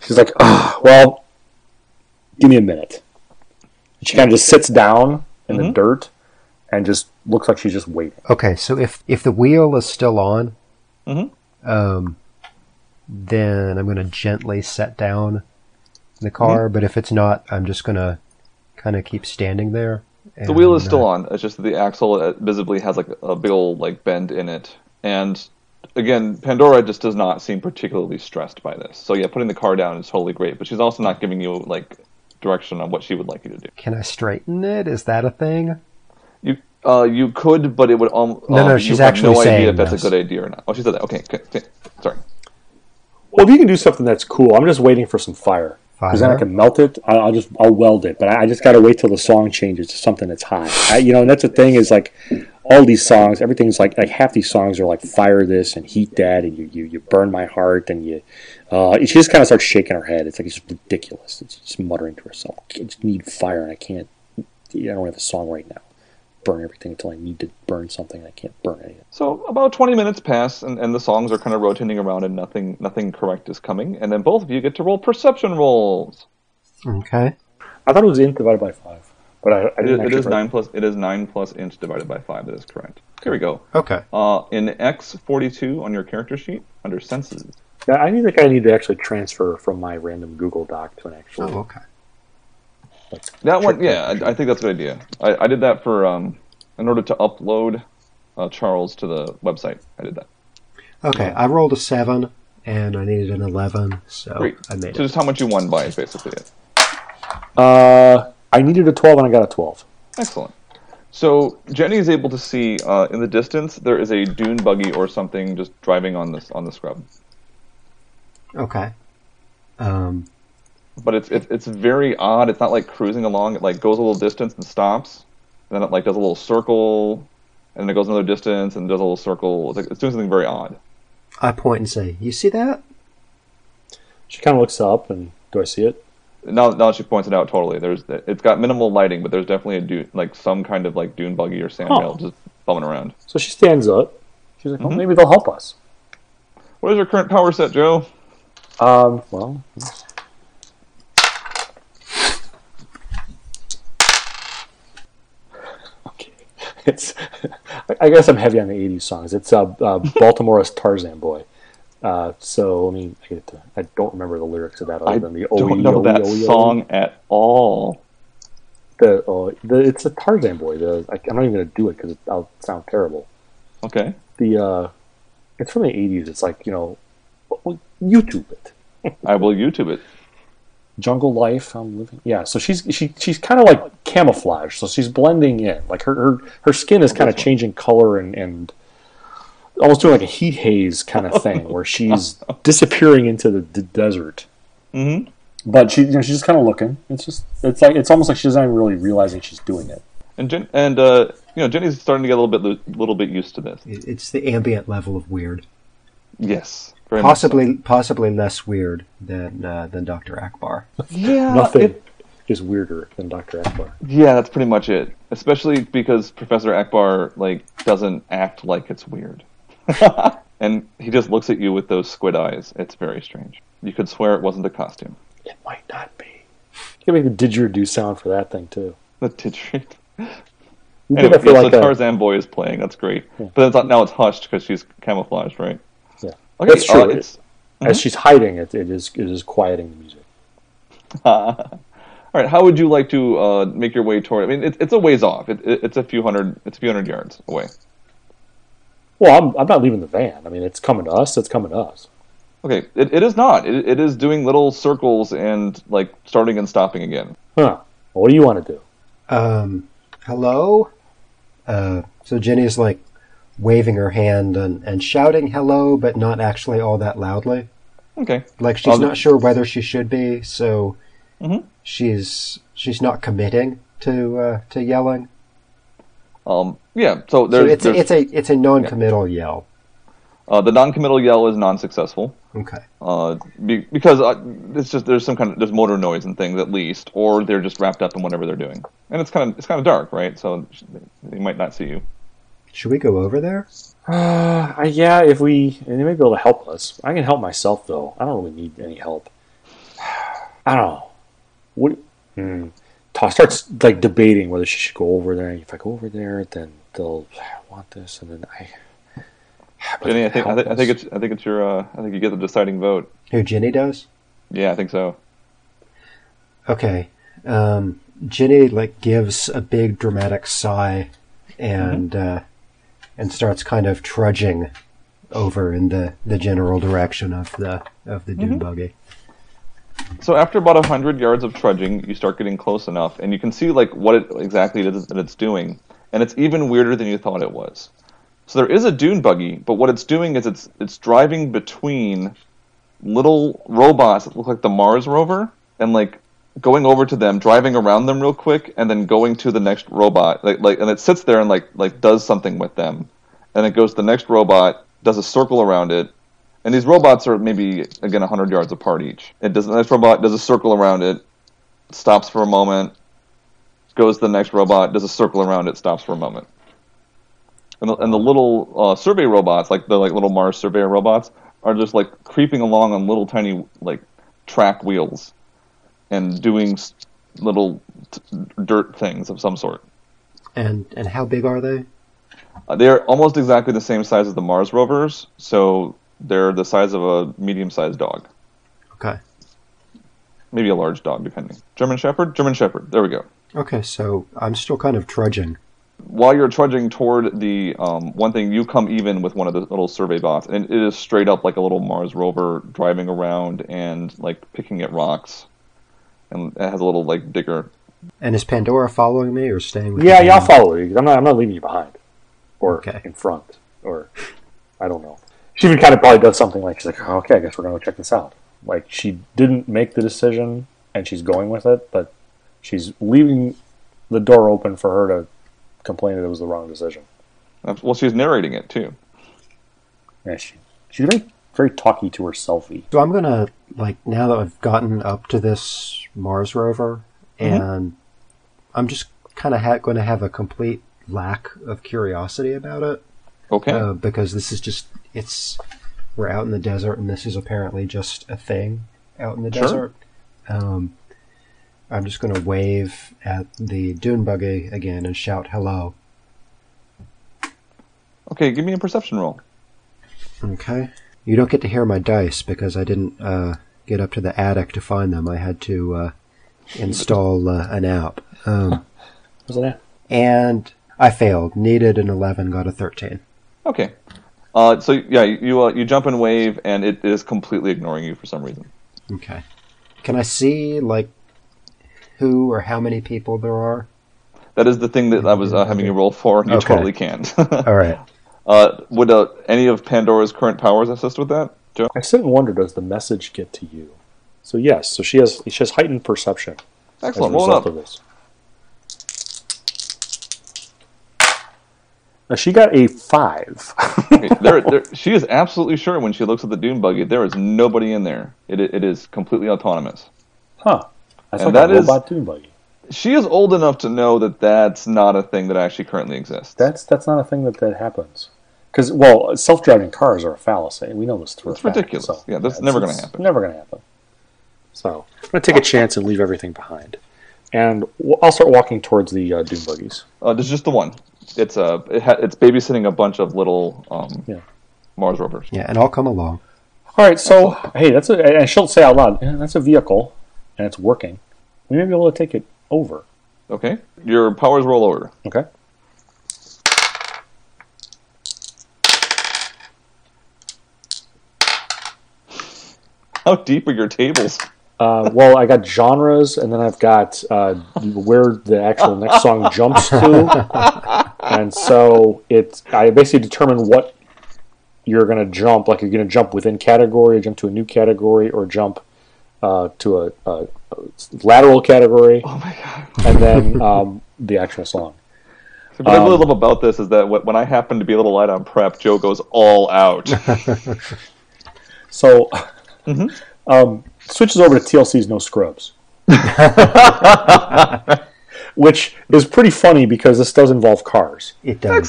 Speaker 6: She's like, "Ah, well, give me a minute." And she kind of just sits down in the dirt and just looks like she's just waiting.
Speaker 3: Mm-hmm.
Speaker 7: Okay, so if if the wheel is still on, um, then I'm going to gently set down the car.
Speaker 3: Mm-hmm.
Speaker 7: But if it's not, I'm just going to kind of keep standing there. uh,
Speaker 3: The wheel is still on. It's just that the axle uh, visibly has like a big old like bend in it. And again, Pandora just does not seem particularly stressed by this. So yeah, putting the car down is totally great, but she's also not giving you like direction on what she would like you to do.
Speaker 7: Can I straighten it? Is that a thing?
Speaker 3: You uh, you could, but it would um,
Speaker 7: No, no,
Speaker 3: um,
Speaker 7: she's
Speaker 3: you have
Speaker 7: actually
Speaker 3: no idea
Speaker 7: saying
Speaker 3: if that's
Speaker 7: this.
Speaker 3: a good idea or not. Oh, she said that. Okay, okay, okay. sorry.
Speaker 6: Well, if you can do something that's cool, I'm just waiting for some fire. Because then I
Speaker 7: Fire?
Speaker 6: can melt it. I- I'll just I'll weld it, but I I just got to wait till the song changes to something that's hot. I, you know, and that's the thing is like all these songs, everything's like like half these songs are like fire this and heat that, and you you, you burn my heart, and you. Uh, she just kind of starts shaking her head. It's like it's just ridiculous. It's just muttering to herself. I just need fire, and I can't. I don't have a song right now. Burn everything until I need to burn something. and I can't burn anything.
Speaker 3: So about 20 minutes pass, and, and the songs are kind of rotating around, and nothing nothing correct is coming. And then both of you get to roll perception rolls.
Speaker 7: Okay.
Speaker 6: I thought it was int divided by five, but I, I
Speaker 3: It
Speaker 6: didn't
Speaker 3: is, it
Speaker 6: actually
Speaker 3: is
Speaker 6: write-
Speaker 3: nine plus. It is nine plus inch divided by five. That is correct. Here we go.
Speaker 7: Okay.
Speaker 3: Uh, in X forty two on your character sheet under senses.
Speaker 6: Yeah, I need- think I need to actually transfer from my random Google Doc to an actual.
Speaker 7: Oh, okay.
Speaker 6: let's
Speaker 3: That one,
Speaker 6: check
Speaker 3: yeah, I, I think that's a good idea. I, I did that for um, in order to upload uh, Charles to the website. I did that.
Speaker 7: Okay. I rolled a seven, and I needed an eleven, so
Speaker 3: Great.
Speaker 7: Oh, I made
Speaker 3: so
Speaker 7: it.
Speaker 3: just how much you won by is basically it.
Speaker 6: Uh, I needed a twelve and I got a twelve.
Speaker 3: Excellent. So Jenny is able to see uh, in the distance there is a dune buggy or something just driving on this on the scrub,
Speaker 7: Okay. Um.
Speaker 3: but it's it, it's very odd. It's not like cruising along. It like goes a little distance and stops, and then it like does a little circle, and then it goes another distance and does a little circle. It's, like, it's doing something very odd.
Speaker 7: I point and say, "You see that?"
Speaker 6: She kind of looks up and do I see it?
Speaker 3: now now that she points it out totally there's it's got minimal lighting but there's definitely a dune like some kind of like dune buggy or
Speaker 6: Huh.
Speaker 3: sandrail just bumming around
Speaker 6: So she stands up. She's like,
Speaker 3: Mm-hmm.
Speaker 6: "Well, maybe they'll help us."
Speaker 3: what is your current power set joe
Speaker 6: Um, well, okay. It's. I- I guess I'm heavy on the '80s songs. It's uh, uh Baltimore's Tarzan Boy. Uh, so let me. I, get to, I don't remember the lyrics of that other
Speaker 3: i
Speaker 6: than the
Speaker 3: don't
Speaker 6: "Oe,
Speaker 3: know
Speaker 6: oe,
Speaker 3: that
Speaker 6: oe, oe."
Speaker 3: song at all
Speaker 6: The, oh, the it's a Tarzan boy. The, I, I'm not even gonna do it because I'll sound terrible.
Speaker 3: okay
Speaker 6: The uh, it's from the '80s. It's like you know, well, YouTube it.
Speaker 3: i will youtube it
Speaker 6: Jungle life I'm living. Yeah, so she's she she's kind of like camouflage. So she's blending in. Like her her, her skin is kind of changing color and and almost doing like a heat haze kind of thing where she's disappearing into the, the desert. Mm-hmm.
Speaker 3: Mhm.
Speaker 6: But she you know, she's just kind of looking. It's just it's like it's almost like she doesn't even really realizing she's doing it.
Speaker 3: and Jen- and uh you know jenny's starting to get a little bit lo- little bit used to this
Speaker 7: It- It's the ambient level of weird,
Speaker 3: yes very much so.
Speaker 7: possibly possibly less weird than uh, than Doctor Akbar.
Speaker 3: yeah
Speaker 6: Nothing
Speaker 3: it-
Speaker 6: is weirder than Dr. Akbar.
Speaker 3: yeah that's pretty much it especially because professor akbar like doesn't act like it's weird and he just looks at you with those squid eyes it's very strange you could swear it wasn't a costume
Speaker 6: It might not be. You can make the didgeridoo sound for that thing too.
Speaker 3: The didgeridoo.
Speaker 6: You did
Speaker 3: Anyway,
Speaker 6: that for
Speaker 3: yeah,
Speaker 6: like
Speaker 3: so
Speaker 6: a-
Speaker 3: Tarzan boy is playing. That's great. But it's not, now it's hushed because she's camouflaged, right?
Speaker 6: Yeah.
Speaker 3: Okay,
Speaker 6: That's true.
Speaker 3: uh, it's,
Speaker 6: As she's hiding it, it is it is quieting the music.
Speaker 3: all right. How would you like to uh, make your way toward? I mean, it, it's a ways off. It, it, it's a few hundred. It's a few hundred yards away.
Speaker 6: Well, I'm, I'm not leaving the van. I mean, it's coming to us. It's coming to us.
Speaker 3: Okay, it, it is not. It, it is doing little circles and like starting and stopping again.
Speaker 6: Huh? What do you want to do?
Speaker 7: Um, hello? Uh, so Jenny is like waving her hand and, and shouting hello, but not actually all that loudly.
Speaker 3: Okay,
Speaker 7: Like she's
Speaker 3: Um,
Speaker 7: not sure whether she should be, so
Speaker 3: Mm-hmm.
Speaker 7: she's she's not committing to uh, to yelling.
Speaker 3: um, yeah. So
Speaker 7: So
Speaker 3: there's,
Speaker 7: it's a,
Speaker 3: there's
Speaker 7: it's a it's a non-committal yell.
Speaker 3: uh, the non-committal yell is non-successful.
Speaker 7: Okay.
Speaker 3: uh, be, because uh, it's just there's some kind of there's motor noise and things at least, or they're just wrapped up in whatever they're doing, and it's kind of it's kind of dark, right? So sh- they might not see you.
Speaker 7: Should we go over there?
Speaker 6: Uh, I, yeah, if we and they may be able to help us. I can help myself though. I don't really need any help. I don't know. What? Hmm. Toss starts like debating whether she should go over there. If I go over there, then they'll want this, and then I.
Speaker 3: Jenny, I think I,
Speaker 7: Help
Speaker 3: th- I think
Speaker 7: us.
Speaker 3: it's I think it's your uh, I think you get the deciding vote.
Speaker 7: Who Jenny does?
Speaker 3: Yeah, I think so.
Speaker 7: Okay. Um, Jenny like gives a big dramatic sigh and uh, and starts kind of trudging over in the, the general direction of the of the dune buggy.
Speaker 3: So after about 100 yards of trudging, you start getting close enough, and you can see like what it, exactly it is that it's doing, and it's even weirder than you thought it was. So there is a dune buggy, but what it's doing is it's it's driving between little robots that look like the Mars rover, and like going over to them, driving around them real quick, and then going to the next robot. Like like, and it sits there and like like does something with them, and it goes to the next robot, does a circle around it, and these robots are maybe again 100 yards apart each. It does the next robot does a circle around it, stops for a moment, goes to the next robot, does a circle around it, stops for a moment. And the, and the little uh, survey robots, like the like little Mars surveyor robots, are just like creeping along on little tiny like track wheels, and doing s- little t- dirt things of some sort.
Speaker 7: And and how big are they?
Speaker 3: Uh, they're almost exactly the same size as the Mars rovers, so they're the size of a medium-sized dog.
Speaker 7: Okay.
Speaker 3: maybe a large dog, depending. German Shepherd, German Shepherd. There we go.
Speaker 7: Okay, so I'm still kind of trudging.
Speaker 3: While you're trudging toward the um, one thing, you come even with one of the little survey bots, and it is straight up like a little Mars rover driving around and like picking at rocks, and it has a little like digger.
Speaker 7: And is Pandora following me or staying with
Speaker 6: Yeah,
Speaker 7: me?
Speaker 6: yeah, I'll follow you. 'cause I'm not. I'm not leaving you behind, or
Speaker 7: Okay.
Speaker 6: in front, or I don't know. She even kind of probably does something like she's like, oh, "Okay, I guess we're gonna go check this out." Like she didn't make the decision, and she's going with it, but she's leaving the door open for her to complain that it was the wrong decision.
Speaker 3: Uh, Well, she's narrating it too.
Speaker 6: Yeah, she she's very very talky to herselfy.
Speaker 7: So I'm gonna like now that I've gotten up to this Mars rover, and I'm just kind of ha- going to have a complete lack of curiosity about it
Speaker 3: Okay.
Speaker 7: uh, because this is just it's we're out in the desert and this is apparently just a thing out in the
Speaker 3: Sure.
Speaker 7: desert. Um, I'm just going to wave at the dune buggy again and shout hello.
Speaker 3: okay. Give me a perception roll.
Speaker 7: Okay. You don't get to hear my dice because I didn't uh, get up to the attic to find them. I had to uh, install uh, an app. Um,
Speaker 6: Was it?
Speaker 7: and I failed. Needed an 11, got a 13.
Speaker 3: Okay. Uh, so yeah, you uh, you jump and wave, and it is completely ignoring you for some reason.
Speaker 7: Okay. Can I see, like, who or how many people there are?
Speaker 3: That is the thing that I was uh, having you roll for, and you
Speaker 7: Okay.
Speaker 3: totally can't.
Speaker 7: All right.
Speaker 3: Uh, would uh, any of Pandora's current powers assist with that, Joe?
Speaker 6: I sit and wonder, does the message get to you? So yes, so she has she has heightened perception as
Speaker 3: Excellent.
Speaker 6: a
Speaker 3: Roll
Speaker 6: result
Speaker 3: it
Speaker 6: of
Speaker 3: up.
Speaker 6: this. Now she got a five.
Speaker 3: Okay, there, there, she is absolutely sure when she looks at the Dune buggy, there is nobody in there. It, it is completely autonomous.
Speaker 6: huh. That's
Speaker 3: And
Speaker 6: like
Speaker 3: that
Speaker 6: a
Speaker 3: is-
Speaker 6: robot dune buggy.
Speaker 3: She is old enough to know that that's not a thing that actually currently exists.
Speaker 6: That's that's not a thing that that happens. Because well, self-driving cars are a fallacy. We know this through.
Speaker 3: It's ridiculous. Yeah, that's never gonna happen.
Speaker 6: Never going to happen. So I'm going to take a chance and leave everything behind, and w- I'll start walking towards the uh, dune buggies.
Speaker 3: Uh, there's just the one. It's uh, it ha- it's babysitting a bunch of little um,
Speaker 6: Yeah.
Speaker 3: Mars rovers.
Speaker 7: Yeah, and I'll come along.
Speaker 6: All right, so hey, that's a, and she'll say out loud, "Eh, that's a vehicle, and it's working. We may be able to take it over.
Speaker 3: Okay, your powers roll over.
Speaker 6: Okay.
Speaker 3: How deep are your tables?
Speaker 6: Uh, well, I got genres, and then I've got uh, where the actual next song jumps to, and so it's I basically determine what you're going to jump. Like you're going to jump within category, jump to a new category, or jump uh, to a, a, a lateral category. Oh my god! And then um, the actual song.
Speaker 3: What I
Speaker 6: Um,
Speaker 3: really love about this is that wh- when I happen to be a little light on prep, Joe goes all out.
Speaker 6: So, um, switches over to TLC's No Scrubs, which is pretty funny because this does involve cars.
Speaker 7: It does.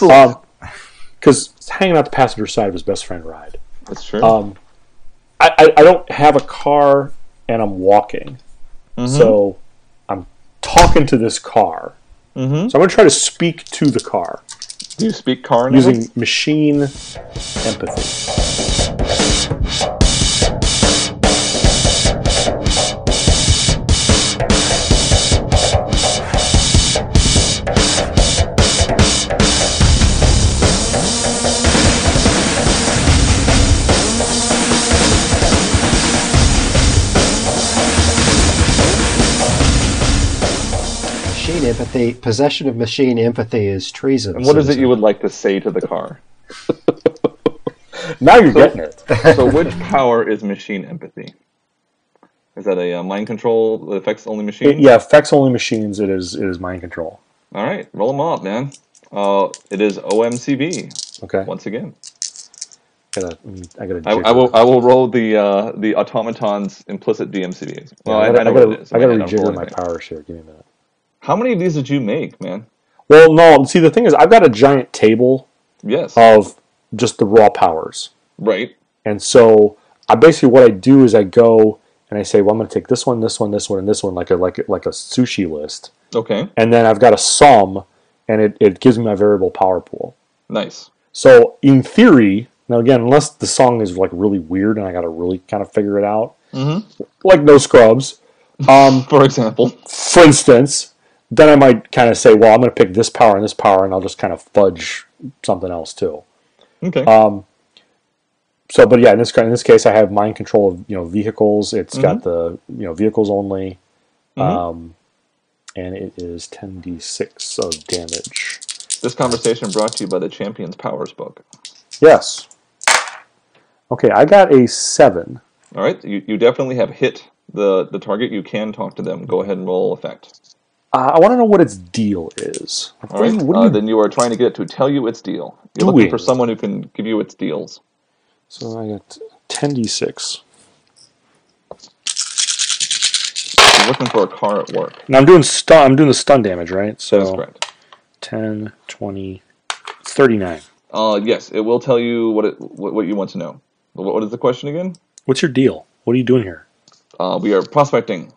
Speaker 6: Because hanging out the passenger side of his best friend ride.
Speaker 3: That's true.
Speaker 6: Um, I, I, I don't have a car and I'm walking. So I'm talking to this car. So I'm going to try to speak to the car.
Speaker 3: Do you speak car now?
Speaker 6: using machine empathy.
Speaker 7: Machine empathy, possession of machine empathy is treason.
Speaker 3: And what is it you would like to say to the car?
Speaker 6: Now you're getting it.
Speaker 3: So which power is machine empathy? Is that a uh, mind control that affects only machines?
Speaker 6: Yeah, effects only machines. It is it is mind control.
Speaker 3: All right, roll them all up, man. Uh, it is OMCB
Speaker 6: Okay,
Speaker 3: once again.
Speaker 6: gotta, mm, I gotta.
Speaker 3: I,
Speaker 6: jiggle.
Speaker 3: I will. I will roll the uh, the automaton's implicit DMCB.
Speaker 6: Yeah,
Speaker 3: Well,
Speaker 6: I
Speaker 3: I,
Speaker 6: gotta,
Speaker 3: I know
Speaker 6: I gotta,
Speaker 3: what it is.
Speaker 6: I gotta
Speaker 3: mean, don't roll
Speaker 6: rejigger my
Speaker 3: anything.
Speaker 6: powers here. Give me a minute.
Speaker 3: How many of these did you make, man?
Speaker 6: Well, no. See, the thing is, I've got a giant table
Speaker 3: Yes.
Speaker 6: of just the raw powers,
Speaker 3: right.
Speaker 6: and so I basically what I do is I go and I say, well, I'm gonna take this one, this one, this one, and this one, like a like a- like a sushi list,
Speaker 3: Okay.
Speaker 6: and then I've got a sum, and it, it gives me my variable power pool.
Speaker 3: Nice.
Speaker 6: So in theory, now again, unless the song is like really weird and I got to really kind of figure it out,
Speaker 3: Mm-hmm.
Speaker 6: like No Scrubs, um,
Speaker 3: For example.
Speaker 6: for instance, then I might kind of say, well, I'm going to pick this power and this power, and I'll just kind of fudge something else too.
Speaker 3: Okay.
Speaker 6: Uh, So, but yeah, in this in this case, I have mind control of you know vehicles. It's got the
Speaker 3: Mm-hmm.
Speaker 6: you know vehicles only, um, and it is 10d6 of damage.
Speaker 3: this conversation brought to you by the Champions Powers book.
Speaker 6: Yes. Okay, I got a seven.
Speaker 3: All right. You, you definitely have hit the the target. You can talk to them. Go ahead and roll effect.
Speaker 6: Uh, I want to know what its deal is. Like,
Speaker 3: All
Speaker 6: what,
Speaker 3: right.
Speaker 6: do you- what do
Speaker 3: uh,
Speaker 6: you-
Speaker 3: then you are trying to get it to tell you its deal. You're looking for
Speaker 6: Doing.
Speaker 3: someone who can give you its deals.
Speaker 6: so I got ten d six,
Speaker 3: You're looking for a car at work.
Speaker 6: and I'm doing stun. I'm doing the stun damage, right? So
Speaker 3: That is correct.
Speaker 6: 10, 20, 39.
Speaker 3: Uh, yes, it will tell you what it what, what you want to know. What, what is the question again?
Speaker 6: What's your deal? What are you doing here?
Speaker 3: Uh, we are prospecting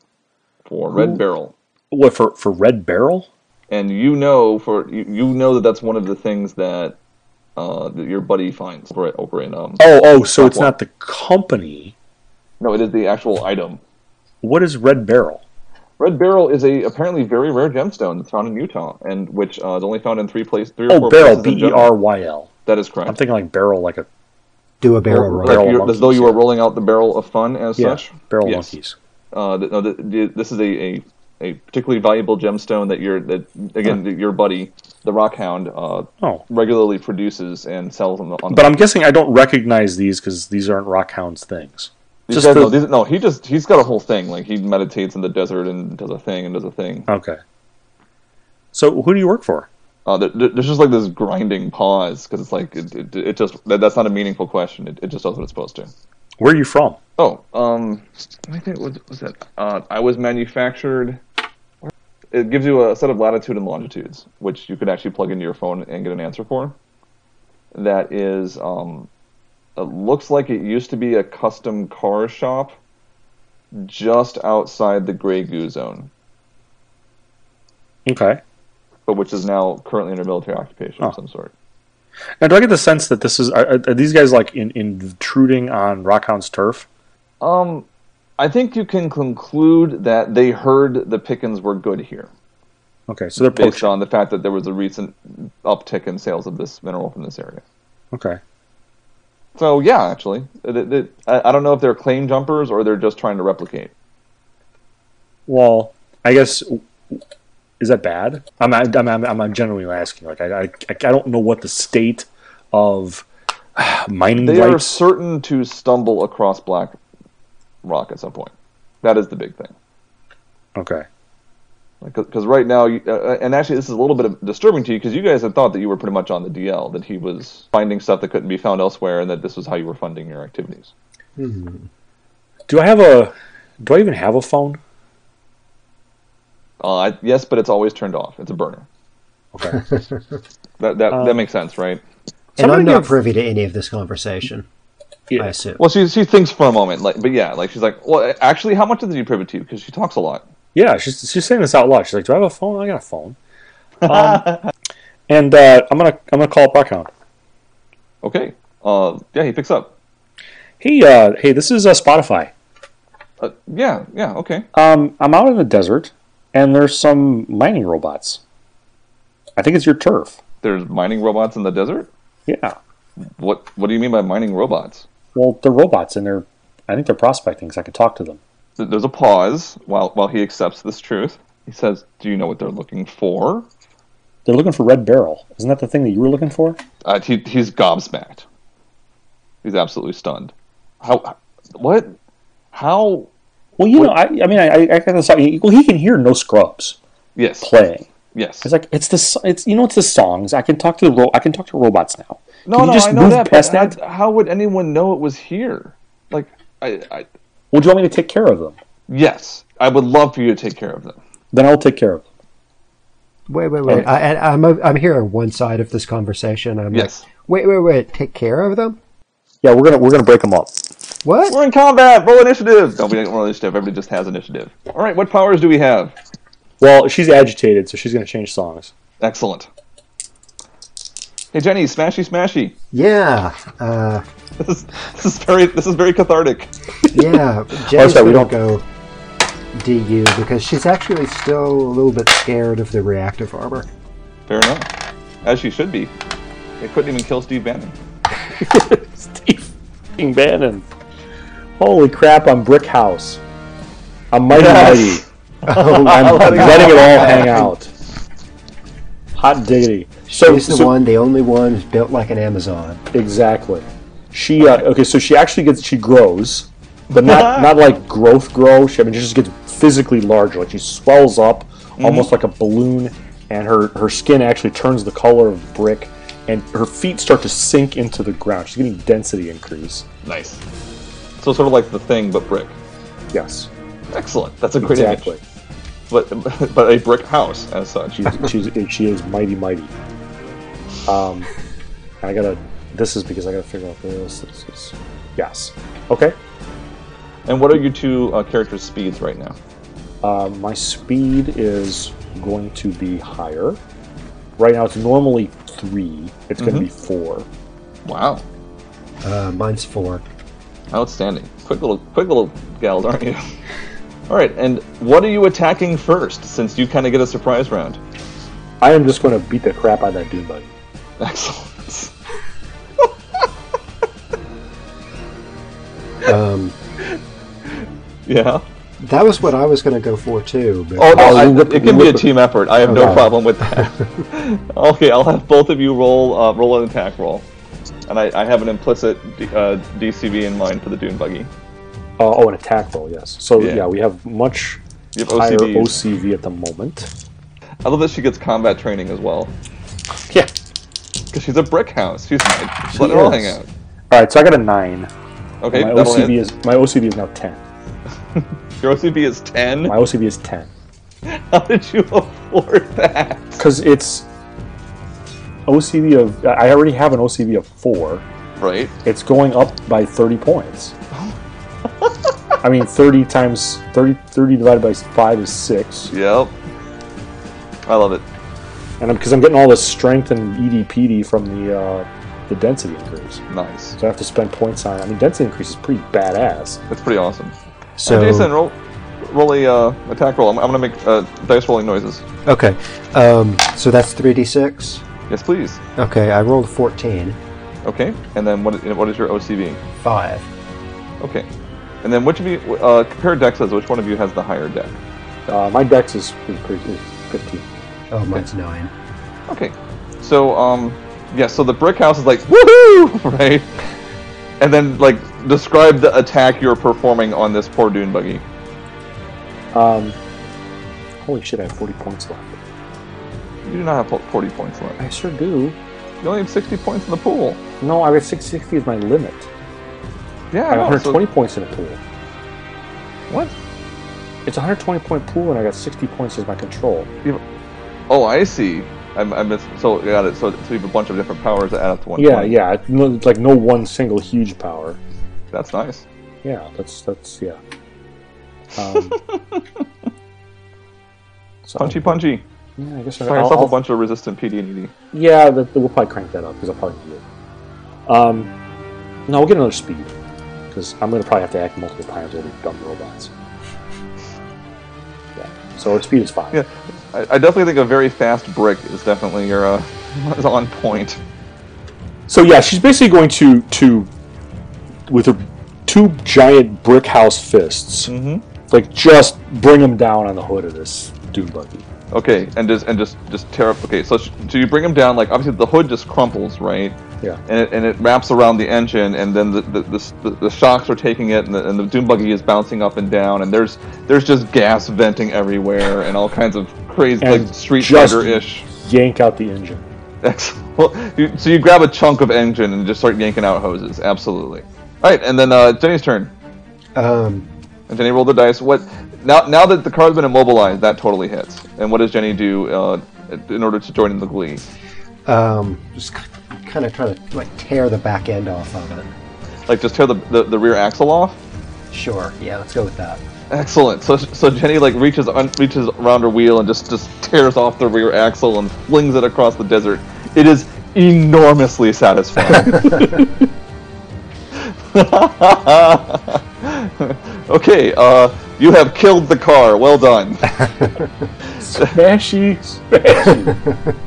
Speaker 3: for Red Barrel,
Speaker 6: What for? For red barrel?
Speaker 3: and you know for you, you know that that's one of the things that uh, that your buddy finds over at, over in um.
Speaker 6: Oh, oh. So
Speaker 3: Top
Speaker 6: it's
Speaker 3: one.
Speaker 6: not the company.
Speaker 3: No, it is the actual item.
Speaker 6: What is red barrel?
Speaker 3: Red Barrel is a apparently very rare gemstone that's found in Utah, and which uh, is only found in three places, three or four
Speaker 6: Oh, barrel.
Speaker 3: places in
Speaker 6: B e
Speaker 3: general.
Speaker 6: r y l.
Speaker 3: That is correct.
Speaker 6: I'm thinking like barrel, like a
Speaker 7: do a barrel
Speaker 6: Well,
Speaker 7: roll?
Speaker 3: like
Speaker 6: barrel
Speaker 3: you're, as though you
Speaker 6: monkeys,
Speaker 3: were
Speaker 6: yeah.
Speaker 3: rolling out the barrel of fun as
Speaker 6: yeah,
Speaker 3: such.
Speaker 6: barrel
Speaker 3: Yes.
Speaker 6: monkeys.
Speaker 3: Uh, th- no, th- th- this is a, a, a particularly valuable gemstone that your that again that your buddy, the Rockhound, uh,
Speaker 6: Oh,
Speaker 3: regularly produces and sells on the. On
Speaker 6: but I'm guessing I don't recognize these because these aren't Rockhound's things.
Speaker 3: these
Speaker 6: just
Speaker 3: guys,
Speaker 6: the-
Speaker 3: no, these- no, he just he's got a whole thing. Like he meditates in the desert and does a thing and does a thing.
Speaker 6: Okay. So who do you work for?
Speaker 3: Uh, there, there- there's just like this grinding pause because it's like it, it, it just that, that's not a meaningful question. It, it just does what it's supposed to.
Speaker 6: Where are you from?
Speaker 3: Oh, um, I think what was that? Uh, I was manufactured. It gives you a set of latitude and longitudes, which you could actually plug into your phone and get an answer for. That is, um, it looks like it used to be a custom car shop just outside the Grey Goo zone,
Speaker 6: Okay.
Speaker 3: but which is now currently under military occupation
Speaker 6: Oh.
Speaker 3: of some sort.
Speaker 6: Now, do I get the sense that this is are, are are these guys like in, intruding on Rockhound's turf?
Speaker 3: Um, I think you can conclude that they heard the pickings were good here.
Speaker 6: Okay, so they're
Speaker 3: based
Speaker 6: poaching.
Speaker 3: on the fact that there was a recent uptick in sales of this mineral from this area.
Speaker 6: Okay,
Speaker 3: So yeah, actually, Th- th- I I don't know if they're claim jumpers or they're just trying to replicate.
Speaker 6: well, I guess is that bad? I'm I'm I'm, I'm, I'm generally asking. Like, I, I I don't know what the state of mining
Speaker 3: They are
Speaker 6: rights.
Speaker 3: certain to stumble across Black Rock at some point. That is the big thing.
Speaker 6: Okay,
Speaker 3: Because right now, you- uh, and actually, this is a little bit of- disturbing to you because you guys had thought that you were pretty much on the DL, that he was finding stuff that couldn't be found elsewhere, and that this was how you were funding your activities.
Speaker 6: do I have a do I even have a phone?
Speaker 3: Uh, I- yes, but it's always turned off. It's a burner.
Speaker 6: Okay,
Speaker 3: That that, that makes sense, right?
Speaker 7: And
Speaker 6: Somebody
Speaker 7: I'm not
Speaker 6: give-
Speaker 7: privy to any of this conversation. I
Speaker 6: yeah.
Speaker 7: assume.
Speaker 3: Well, she she thinks for a moment, like, but yeah, like she's like, well, actually, how much did you privy to? Because she talks a lot.
Speaker 6: yeah, she's she's saying this out loud. She's like, do I have a phone? I got a phone. Um, And uh, I'm gonna I'm gonna call up Rockhound.
Speaker 3: Okay. Uh, yeah, he picks up.
Speaker 6: Hey, uh, hey, this is uh, Spotify.
Speaker 3: Uh, yeah, yeah, okay.
Speaker 6: Um, I'm out in the desert, and there's some mining robots. I think it's your turf.
Speaker 3: There's mining robots in the desert.
Speaker 6: Yeah.
Speaker 3: What What do you mean by mining robots?
Speaker 6: Well, they're robots, and they're I think they're prospecting, so I could talk to them.
Speaker 3: Th- There's a pause while while he accepts this truth. He says, "Do you know what they're looking for?"
Speaker 6: They're looking for Red Barrel. Isn't that the thing that you were looking for?
Speaker 3: Uh, he, he's gobsmacked. He's absolutely stunned. How? What? How?
Speaker 6: Well, you
Speaker 3: What-
Speaker 6: know, I, I mean, I, I, I kind of saw. Well, he can hear No Scrubs
Speaker 3: Yes.
Speaker 6: playing.
Speaker 3: Yes.
Speaker 6: It's like it's the so- it's you know it's the songs. I can talk to the ro- I can talk to robots now.
Speaker 3: no,
Speaker 6: can you
Speaker 3: no,
Speaker 6: just
Speaker 3: I know
Speaker 6: move
Speaker 3: that.
Speaker 6: past
Speaker 3: But how-
Speaker 6: that?
Speaker 3: how would anyone know it was here? Like, I, I.
Speaker 6: Well, do you want me to take care of them?
Speaker 3: Yes, I would love for you to take care of them.
Speaker 6: Then I'll take care of them.
Speaker 7: Wait, wait, wait. I, I, I'm, I'm hearing one side of this conversation. I'm
Speaker 3: Yes.
Speaker 7: Like, wait, wait, wait. Take care of them?
Speaker 6: Yeah, we're gonna we're gonna break them up.
Speaker 7: What?
Speaker 3: We're in combat. Roll initiative. No, we don't roll initiative. Everybody just has initiative. All right. What powers do we have?
Speaker 6: Well, she's agitated, so she's gonna change songs.
Speaker 3: Excellent. Hey Jenny, smashy, smashy.
Speaker 7: Yeah. Uh,
Speaker 3: This is this is very this is very cathartic.
Speaker 7: yeah.
Speaker 6: I'm
Speaker 7: Jenny's
Speaker 6: sorry, we
Speaker 7: gonna
Speaker 6: don't-
Speaker 7: go DU because she's actually still a little bit scared of the reactive armor.
Speaker 3: Fair enough. As she should be. They couldn't even kill Steve Bannon.
Speaker 6: Steve fucking Bannon. Holy crap! I'm Brick House. I'm mighty
Speaker 3: Yes.
Speaker 6: mighty. Oh, I'm, I'm letting it all hang out. Hot diggity. So,
Speaker 7: She's the
Speaker 6: so-
Speaker 7: one, the only one who's built like an Amazon.
Speaker 6: Exactly. She uh, okay, so she actually gets she grows, but not not like growth grow. She I mean she just gets physically larger. Like she swells up almost like a balloon, and her her skin actually turns the color of brick, and her feet start to sink into the ground. She's getting density increase.
Speaker 3: Nice. So sort of like the thing, but brick.
Speaker 6: Yes,
Speaker 3: Excellent. That's a great
Speaker 6: exactly.
Speaker 3: image. But but a brick house as such.
Speaker 6: She's, she's she is mighty mighty. Um, I gotta. This is because I gotta figure out this. this is, yes. Okay.
Speaker 3: And what are your two uh, characters' speeds right now?
Speaker 6: Uh, my speed is going to be higher. Right now, it's normally three. It's going to be
Speaker 3: Mm-hmm.
Speaker 6: four.
Speaker 3: Wow.
Speaker 7: Uh, mine's four.
Speaker 3: Outstanding. Quick little quick little gals, aren't you? All right, and what are you attacking first since you kind of get a surprise round?
Speaker 6: I am just going to beat the crap out of that dune buggy.
Speaker 3: Excellent.
Speaker 7: Um,
Speaker 3: Yeah.
Speaker 7: that was what I was going to go for too. But
Speaker 3: Oh, no,
Speaker 6: Oh,
Speaker 3: I,
Speaker 6: whip-
Speaker 3: it can be a
Speaker 6: whip it.
Speaker 3: team effort. I have no
Speaker 6: Okay.
Speaker 3: problem with that. okay, I'll have both of you roll uh, roll an attack roll, and I, I have an implicit D, uh, DCV in mind for the Dune buggy.
Speaker 6: Uh, oh, an attack roll, yes. So
Speaker 3: Yeah.
Speaker 6: yeah, we have much
Speaker 3: You have
Speaker 6: higher
Speaker 3: OCDs.
Speaker 6: OCV at the moment.
Speaker 3: I love that she gets combat training as well
Speaker 6: Yeah.
Speaker 3: because she's a brick house. She's fine. Let her all
Speaker 6: is.
Speaker 3: hang out.
Speaker 6: All right, so I got a nine.
Speaker 3: Okay,
Speaker 6: my
Speaker 3: that'll
Speaker 6: OCV
Speaker 3: hit.
Speaker 6: is my OCV is now ten.
Speaker 3: Your OCV is ten.
Speaker 6: My OCV is ten
Speaker 3: How did you afford that?
Speaker 6: because it's OCV of. I already have an OCV of four.
Speaker 3: Right.
Speaker 6: it's going up by 30 points. I mean, 30 times 30, 30 divided by 5 is 6.
Speaker 3: Yep. I love it.
Speaker 6: And because I'm, getting all this strength and E EDPD from the, uh, the density increase.
Speaker 3: Nice.
Speaker 6: So I have to spend points on I mean, density increase is pretty badass.
Speaker 3: That's pretty awesome.
Speaker 7: so
Speaker 3: Jason, roll roll a uh, attack roll. I'm, I'm gonna make uh, dice rolling noises.
Speaker 7: okay, um, so that's three d six.
Speaker 3: Yes, please.
Speaker 7: Okay, I rolled 14.
Speaker 3: Okay, and then what, what is your OCV?
Speaker 7: Five.
Speaker 3: Okay, and then which of you uh, compare dexes? Which one of you has the higher deck?
Speaker 6: Uh, my dex is, is, pretty, is 15.
Speaker 7: Oh, mine's nine.
Speaker 3: Okay, so um, yeah, so the brick house is like woohoo, right? And then like describe the attack you're performing on this poor dune buggy.
Speaker 6: Um, holy shit, I have 40 points left.
Speaker 3: You do not have po- 40 points left.
Speaker 6: I sure do.
Speaker 3: You only have 60 points in the pool.
Speaker 6: No, I got 660 is my limit.
Speaker 3: Yeah,
Speaker 6: I got
Speaker 3: know, Oh, so-
Speaker 6: 120 points in a pool.
Speaker 3: what?
Speaker 6: It's a 120 point pool, and I got 60 points as my control.
Speaker 3: Oh, I see. I, I missed. So got it. So, so you have a bunch of different powers that add up to one.
Speaker 6: Yeah, yeah. No, like no one single huge power.
Speaker 3: That's nice.
Speaker 6: Yeah, that's that's yeah. Um, so,
Speaker 3: Punchy, punchy.
Speaker 6: Yeah, I guess
Speaker 3: Find yourself a bunch of resistant PD&ED.
Speaker 6: Yeah, that, that we'll probably crank that up because I'll probably need it. Um, no, we'll get another speed because I'm going to probably have to act multiple times over these dumb robots. Yeah, so our speed is five.
Speaker 3: Yeah, I, I definitely think a very fast brick is definitely your uh, is on point.
Speaker 6: So yeah, she's basically going to to with her two giant brick house fists,
Speaker 3: Mhm.
Speaker 6: like just bring them down on the hood of this dune buggy.
Speaker 3: Okay, and just and just just tear up. Okay, so sh- so you bring him down. Like obviously the hood just crumples, right?
Speaker 6: Yeah.
Speaker 3: And it, and it wraps around the engine, and then the the, the, the, the shocks are taking it, and the, and the dune buggy is bouncing up and down, and there's there's just gas venting everywhere, and all kinds of crazy
Speaker 6: And
Speaker 3: like street
Speaker 6: just-
Speaker 3: fighter ish.
Speaker 6: Yank out the engine.
Speaker 3: Excellent. You- so you grab a chunk of engine and just start yanking out hoses. Absolutely. All right, and then uh, Jenny's turn.
Speaker 7: Um,
Speaker 3: And Jenny rolled the dice. What now? Now that the car's been immobilized, that totally hits. And what does Jenny do uh, in order to join in the glee?
Speaker 7: um, just kind of try to like tear the back end off of it.
Speaker 3: Like just tear the, the, the rear axle off?
Speaker 7: Sure. Yeah, let's go with that.
Speaker 3: Excellent. So so Jenny like reaches un, reaches around her wheel and just just tears off the rear axle and flings it across the desert. It is enormously satisfying. okay, uh, you have killed the car. Well done.
Speaker 6: Smashy, smashy.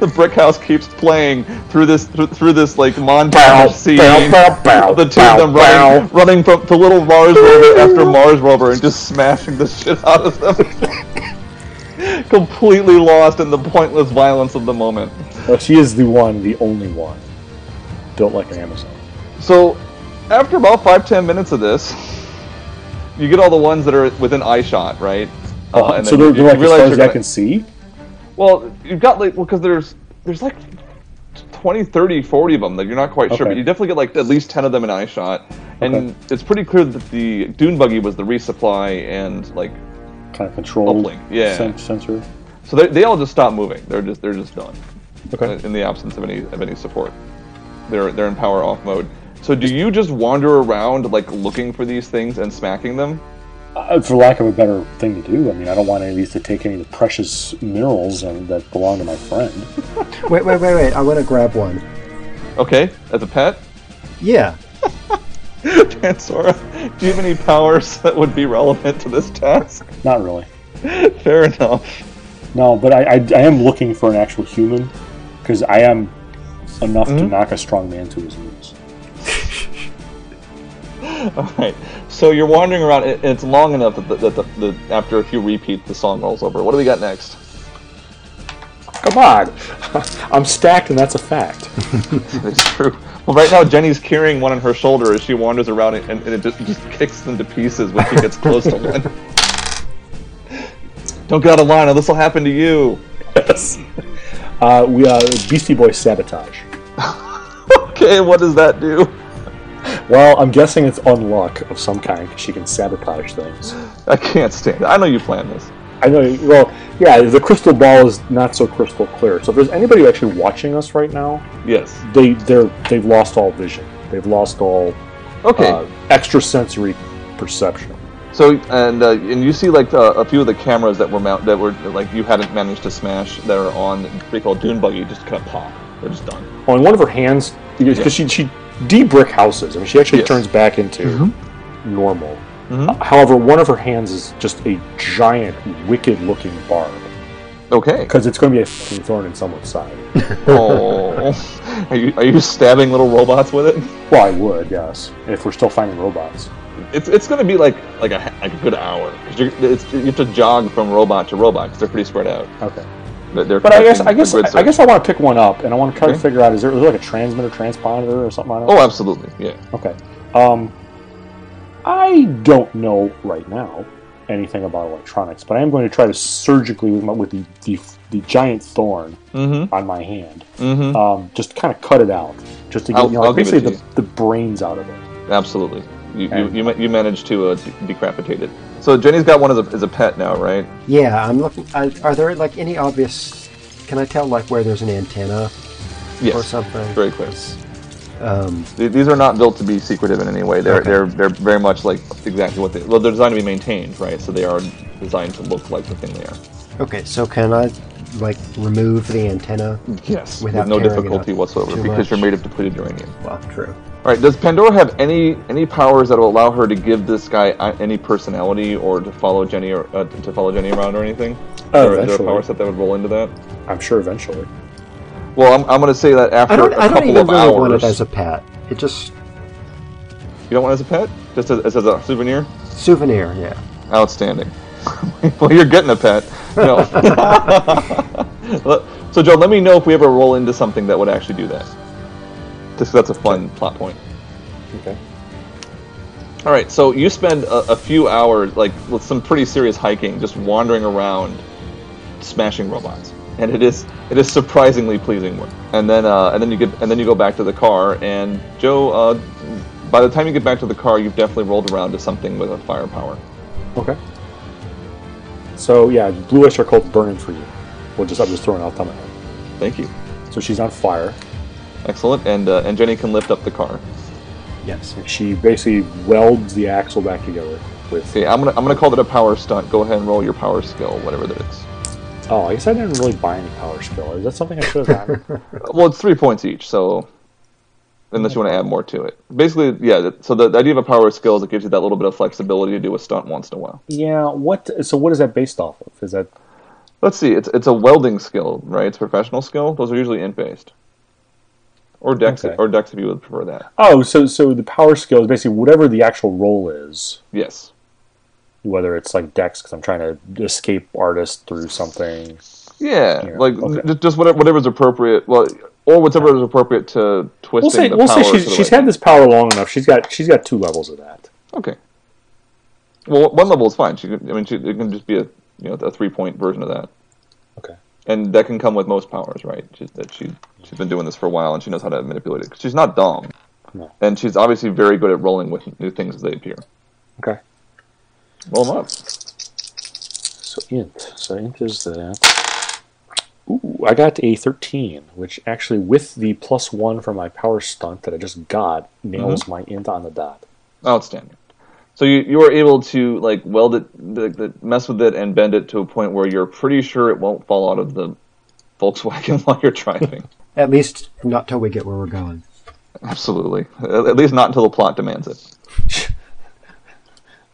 Speaker 3: the brick house keeps playing through this through, through this like montage
Speaker 6: Bow,
Speaker 3: scene.
Speaker 6: bow, bow, bow,
Speaker 3: the two of them
Speaker 6: bow,
Speaker 3: running,
Speaker 6: bow.
Speaker 3: running from to little Mars rover after Mars rover and just smashing the shit out of them. Completely lost in the pointless violence of the moment.
Speaker 6: Well, she is the one, the only one. Built like an Amazon.
Speaker 3: So, after about five ten minutes of this, you get all the ones that are within eye shot, right? Uh,
Speaker 6: Uh-huh. so they're, they're like as far as I
Speaker 3: gonna-
Speaker 6: can see.
Speaker 3: Well, you've got like well, because there's there's like 20, 30, 40 of them that you're not quite sure,
Speaker 6: Okay.
Speaker 3: but you definitely get like at least ten of them in eye shot, and
Speaker 6: Okay.
Speaker 3: it's pretty clear that the dune buggy was the resupply and like
Speaker 6: Kind of controlled.
Speaker 3: Uplink, yeah.
Speaker 6: sen- sensor.
Speaker 3: so they, they all just stop moving. They're just they're just done Uh,
Speaker 6: Okay.
Speaker 3: in the absence of any of any support. They're they're in power off mode. So do you just wander around like looking for these things and smacking them?
Speaker 6: Uh, for lack of a better thing to do, I mean, I don't want any of these to take any of the precious minerals and, that belong to my friend.
Speaker 7: Wait, wait, wait, wait. I want to grab one.
Speaker 3: Okay, as a pet,
Speaker 7: Yeah.
Speaker 3: Tansora, do you have any powers that would be relevant to this task?
Speaker 6: Not really.
Speaker 3: Fair enough.
Speaker 6: No, but I, I, I am looking for an actual human because I am enough to knock a strong man to his knees.
Speaker 3: Right. So you're wandering around, and it's long enough that, the, that the, the, after a few repeats, the song rolls over. What do we got next?
Speaker 6: Come on, I'm stacked, and that's a fact.
Speaker 3: It's true. Well, right now Jenny's carrying one on her shoulder as she wanders around, and, and it just, just kicks them to pieces when she gets close to one. Don't get out of line, or this will happen to you.
Speaker 6: yes. Uh, we uh, Beastie Boy sabotage.
Speaker 3: Okay, what does that do?
Speaker 6: Well, I'm guessing it's unluck of some kind 'cause she can sabotage things.
Speaker 3: I can't stand it. I know you planned this.
Speaker 6: I know. Well, yeah, the crystal ball is not so crystal clear. So if there's anybody actually watching us right now,
Speaker 3: Yes.
Speaker 6: they they're they've lost all vision. They've lost all
Speaker 3: Okay.
Speaker 6: uh, extrasensory perception.
Speaker 3: So and uh, and you see like uh, a few of the cameras that were mount that were like you hadn't managed to smash that are on they call Dune Buggy just kind of pop. They're just done.
Speaker 6: Oh, and one of her hands, because she she debrick houses. I mean, she actually
Speaker 3: Yes. Mm-hmm.
Speaker 6: turns back into normal. Uh, however, one of her hands is just a giant, wicked-looking barb
Speaker 3: Okay.
Speaker 6: because it's going to be a fucking thorn in someone's side.
Speaker 3: Oh, are you are you stabbing little robots with it?
Speaker 6: well, I would, yes, if we're still finding robots.
Speaker 3: It's it's gonna be like like a like a good hour 'Cause you're, it's, you have to jog from robot to robot because they're pretty spread out.
Speaker 6: Okay,
Speaker 3: They're- they're
Speaker 6: but I guess
Speaker 3: collecting
Speaker 6: I guess
Speaker 3: grid
Speaker 6: I,
Speaker 3: search.
Speaker 6: guess I want to pick one up, and I want to try to
Speaker 3: Okay.
Speaker 6: figure out is there, is there like a transmitter, transponder, or something? on it?
Speaker 3: Oh, absolutely. Yeah.
Speaker 6: Okay. Um, I don't know right now anything about electronics, but I am going to try to surgically with, my, with the, the the giant thorn
Speaker 3: Mm-hmm.
Speaker 6: on my hand,
Speaker 3: Mm-hmm.
Speaker 6: um, just kind of cut it out, just to get
Speaker 3: I'll-
Speaker 6: you know, like
Speaker 3: I'll give it
Speaker 6: basically
Speaker 3: to
Speaker 6: the, the brains out of it.
Speaker 3: Absolutely. You you,
Speaker 6: And-
Speaker 3: you, ma- you managed to uh, de- decapitate it. So Jenny's got one as a, as a pet now, right?
Speaker 7: Yeah, I'm looking. I, are there like any obvious? Can I tell like where there's an antenna
Speaker 3: Yes.
Speaker 7: or something?
Speaker 3: Very clear.
Speaker 7: Um,
Speaker 3: Th- These are not built to be secretive in any way. They're they're they're very much like exactly what they. Well, they're designed to be maintained, right? So they are designed to look like the thing they are.
Speaker 7: Okay, so can I like remove the antenna?
Speaker 3: Yes,
Speaker 7: Without
Speaker 3: with no
Speaker 7: tearing it
Speaker 3: difficulty
Speaker 7: up
Speaker 3: whatsoever
Speaker 7: too
Speaker 3: because
Speaker 7: much.
Speaker 3: you're made of depleted uranium.
Speaker 7: Well, true.
Speaker 3: All right. Does Pandora have any any powers that will allow her to give this guy uh, any personality or to follow Jenny or uh, to follow Jenny around or anything?
Speaker 7: Oh,
Speaker 6: Uh,
Speaker 3: Or is there a
Speaker 6: eventually.
Speaker 3: power set that would roll into that?
Speaker 6: I'm sure eventually.
Speaker 3: Well, I'm, I'm going to say that after
Speaker 7: I don't.
Speaker 3: a
Speaker 7: I
Speaker 3: couple
Speaker 7: don't even
Speaker 3: of
Speaker 7: really
Speaker 3: hours,
Speaker 7: want it as a pet. It just
Speaker 3: you don't want it as a pet, just as, as a souvenir.
Speaker 7: souvenir. Yeah.
Speaker 3: Outstanding. well, you're getting a pet. No. Let- so, Joe, let me know if we ever roll into something that would actually do that. Just 'cause that's a fun plot point.
Speaker 6: Okay.
Speaker 3: All right, so you spend a, a few hours, like with some pretty serious hiking, just wandering around, smashing robots, and it is it is surprisingly pleasing work. And then uh, and then you get and then you go back to the car, and Joe, uh, by the time you get back to the car, you've definitely rolled around to something with a firepower.
Speaker 6: Okay. So yeah, Blue Oyster Cult burning for you. We'll just I'm just throwing out thumbnail.
Speaker 3: Thank you.
Speaker 6: So she's on fire.
Speaker 3: Excellent, and uh, and Jenny can lift up the car.
Speaker 7: Yes.
Speaker 6: She basically welds the axle back together with.
Speaker 3: Okay, I'm gonna I'm gonna call that a power stunt. Go ahead and roll your power skill, whatever that is.
Speaker 6: Oh, I guess I didn't really buy any power skill. Is that something I should have gotten?
Speaker 3: Well, it's three points each, so unless you want to add more to it. Basically, yeah. th- So the, the idea of a power skill is it gives you that little bit of flexibility to do a stunt once in a while.
Speaker 6: yeah. What? So what is that based off of? Is that
Speaker 3: Let's see. It's it's a welding skill, right? It's a professional skill. Those are usually int based, or dex
Speaker 6: Okay.
Speaker 3: or dex if you would prefer that.
Speaker 6: Oh, so so the power skill is basically whatever the actual role is,
Speaker 3: Yes.
Speaker 6: whether it's like Dex because I'm trying to escape artist through something.
Speaker 3: Yeah.
Speaker 6: Yeah,
Speaker 3: Like
Speaker 6: okay.
Speaker 3: just, just whatever whatever's appropriate. Well, or whatever is appropriate to twisting
Speaker 6: We'll say
Speaker 3: the
Speaker 6: we'll
Speaker 3: power.
Speaker 6: say
Speaker 3: to the
Speaker 6: she's, she's
Speaker 3: right.
Speaker 6: had this power long enough. She's got she's got two levels of that.
Speaker 3: Okay. Well, one level is fine. She, can- I mean, she, it can just be a you know a three point version of that,
Speaker 6: Okay.
Speaker 3: and that can come with most powers, right? She, that she she's been doing this for a while, and she knows how to manipulate it. She's not dumb,
Speaker 6: No.
Speaker 3: and she's obviously very good at rolling with new things as they appear.
Speaker 6: Okay.
Speaker 3: Roll them up.
Speaker 6: So int. So int is that. Ooh, I got a 13, which actually with the plus one from my power stunt that I just got nails my int on the dot.
Speaker 3: Outstanding. So you you are able to like weld it, the, the, mess with it, and bend it to a point where you're pretty sure it won't fall out of the Volkswagen while you're driving.
Speaker 7: At least not till we get where we're going.
Speaker 3: Absolutely. At at least not until the plot demands it.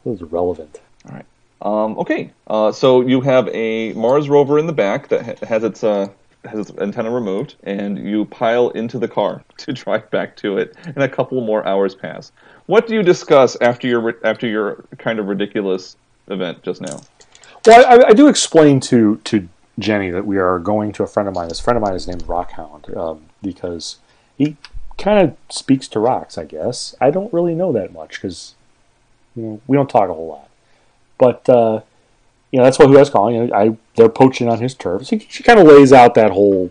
Speaker 6: This is relevant.
Speaker 3: All right. Um, okay. Uh, so you have a Mars rover in the back that ha- has its uh, has its antenna removed, and you pile into the car to drive back to it. And a couple more hours pass. What do you discuss after your ri- after your kind of ridiculous event just now?
Speaker 6: Well, I, I do explain to to Jenny that we are going to a friend of mine. This friend of mine is named Rockhound um, because he kind of speaks to rocks. I guess I don't really know that much because you know we don't talk a whole lot. But uh, you know that's what he was calling. You know, I they're poaching on his turf. She, she kind of lays out that whole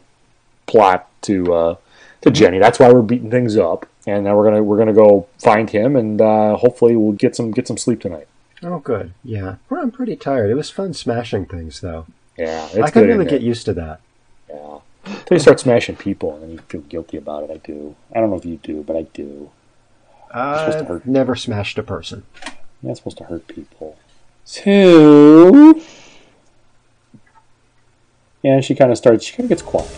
Speaker 6: plot to uh, to Jenny. That's why we're beating things up, and now we're gonna we're gonna go find him, and uh, hopefully we'll get some get some sleep tonight.
Speaker 7: Oh, good. Yeah. Well, I'm pretty tired. It was fun smashing things, though.
Speaker 6: Yeah, it's
Speaker 7: I can
Speaker 6: good,
Speaker 7: really
Speaker 6: isn't it?
Speaker 7: get used to that.
Speaker 6: Yeah. Until you start smashing people and then you feel guilty about it. I do. I don't know if you do, but I do. supposed to
Speaker 7: I've
Speaker 6: hurt.
Speaker 7: never smashed a person.
Speaker 6: You're not supposed to hurt people. So. Yeah, she kind of starts, she kind of gets quiet.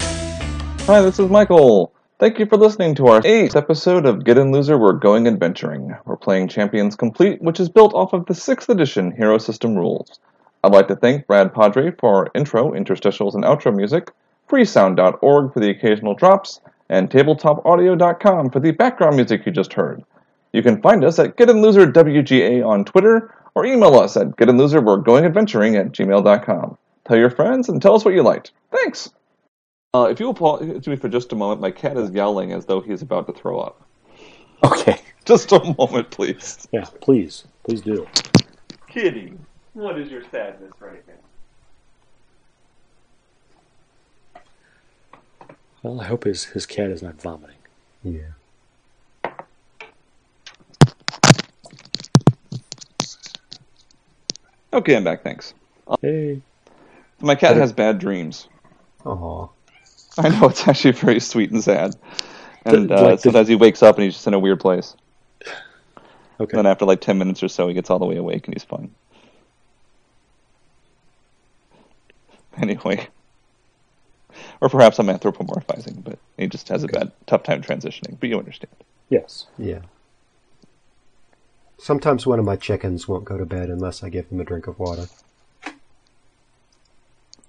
Speaker 3: Hi, this is Michael. Thank you for listening to our eighth episode of Get In Loser, We're Going Adventuring. We're playing Champions Complete, which is built off of the 6th edition Hero System rules. I'd like to thank Brad Padre for our intro, interstitials, and outro music, freesound.org for the occasional drops, and tabletopaudio.com for the background music you just heard. You can find us at GetInLoserWGA on Twitter, or email us at GetInLoserWe'reGoingAdventuring at gmail.com. Tell your friends and tell us what you liked. Thanks! Uh, if you will pause me for just a moment, my cat is yowling as though he is about to throw up.
Speaker 6: Okay.
Speaker 3: Just a moment, please.
Speaker 6: Yeah, please. Please do.
Speaker 1: Kitty, what is your sadness right now?
Speaker 6: Well, I hope his, his cat is not vomiting.
Speaker 7: Yeah.
Speaker 3: Okay, I'm back. Thanks.
Speaker 6: Hey.
Speaker 3: My cat has bad dreams.
Speaker 7: Oh.
Speaker 3: I know it's actually very sweet and sad. And
Speaker 6: The-
Speaker 3: uh,
Speaker 6: like the-
Speaker 3: sometimes he wakes up and he's just in a weird place.
Speaker 6: Okay.
Speaker 3: And then after like ten minutes or so, he gets all the way awake and he's fine. Anyway, or perhaps I'm anthropomorphizing, but he just has a bad, tough time transitioning. But you understand.
Speaker 6: Yes.
Speaker 7: Yeah. Sometimes one of my chickens won't go to bed unless I give them a drink of water.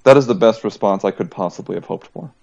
Speaker 3: That is the best response I could possibly have hoped for.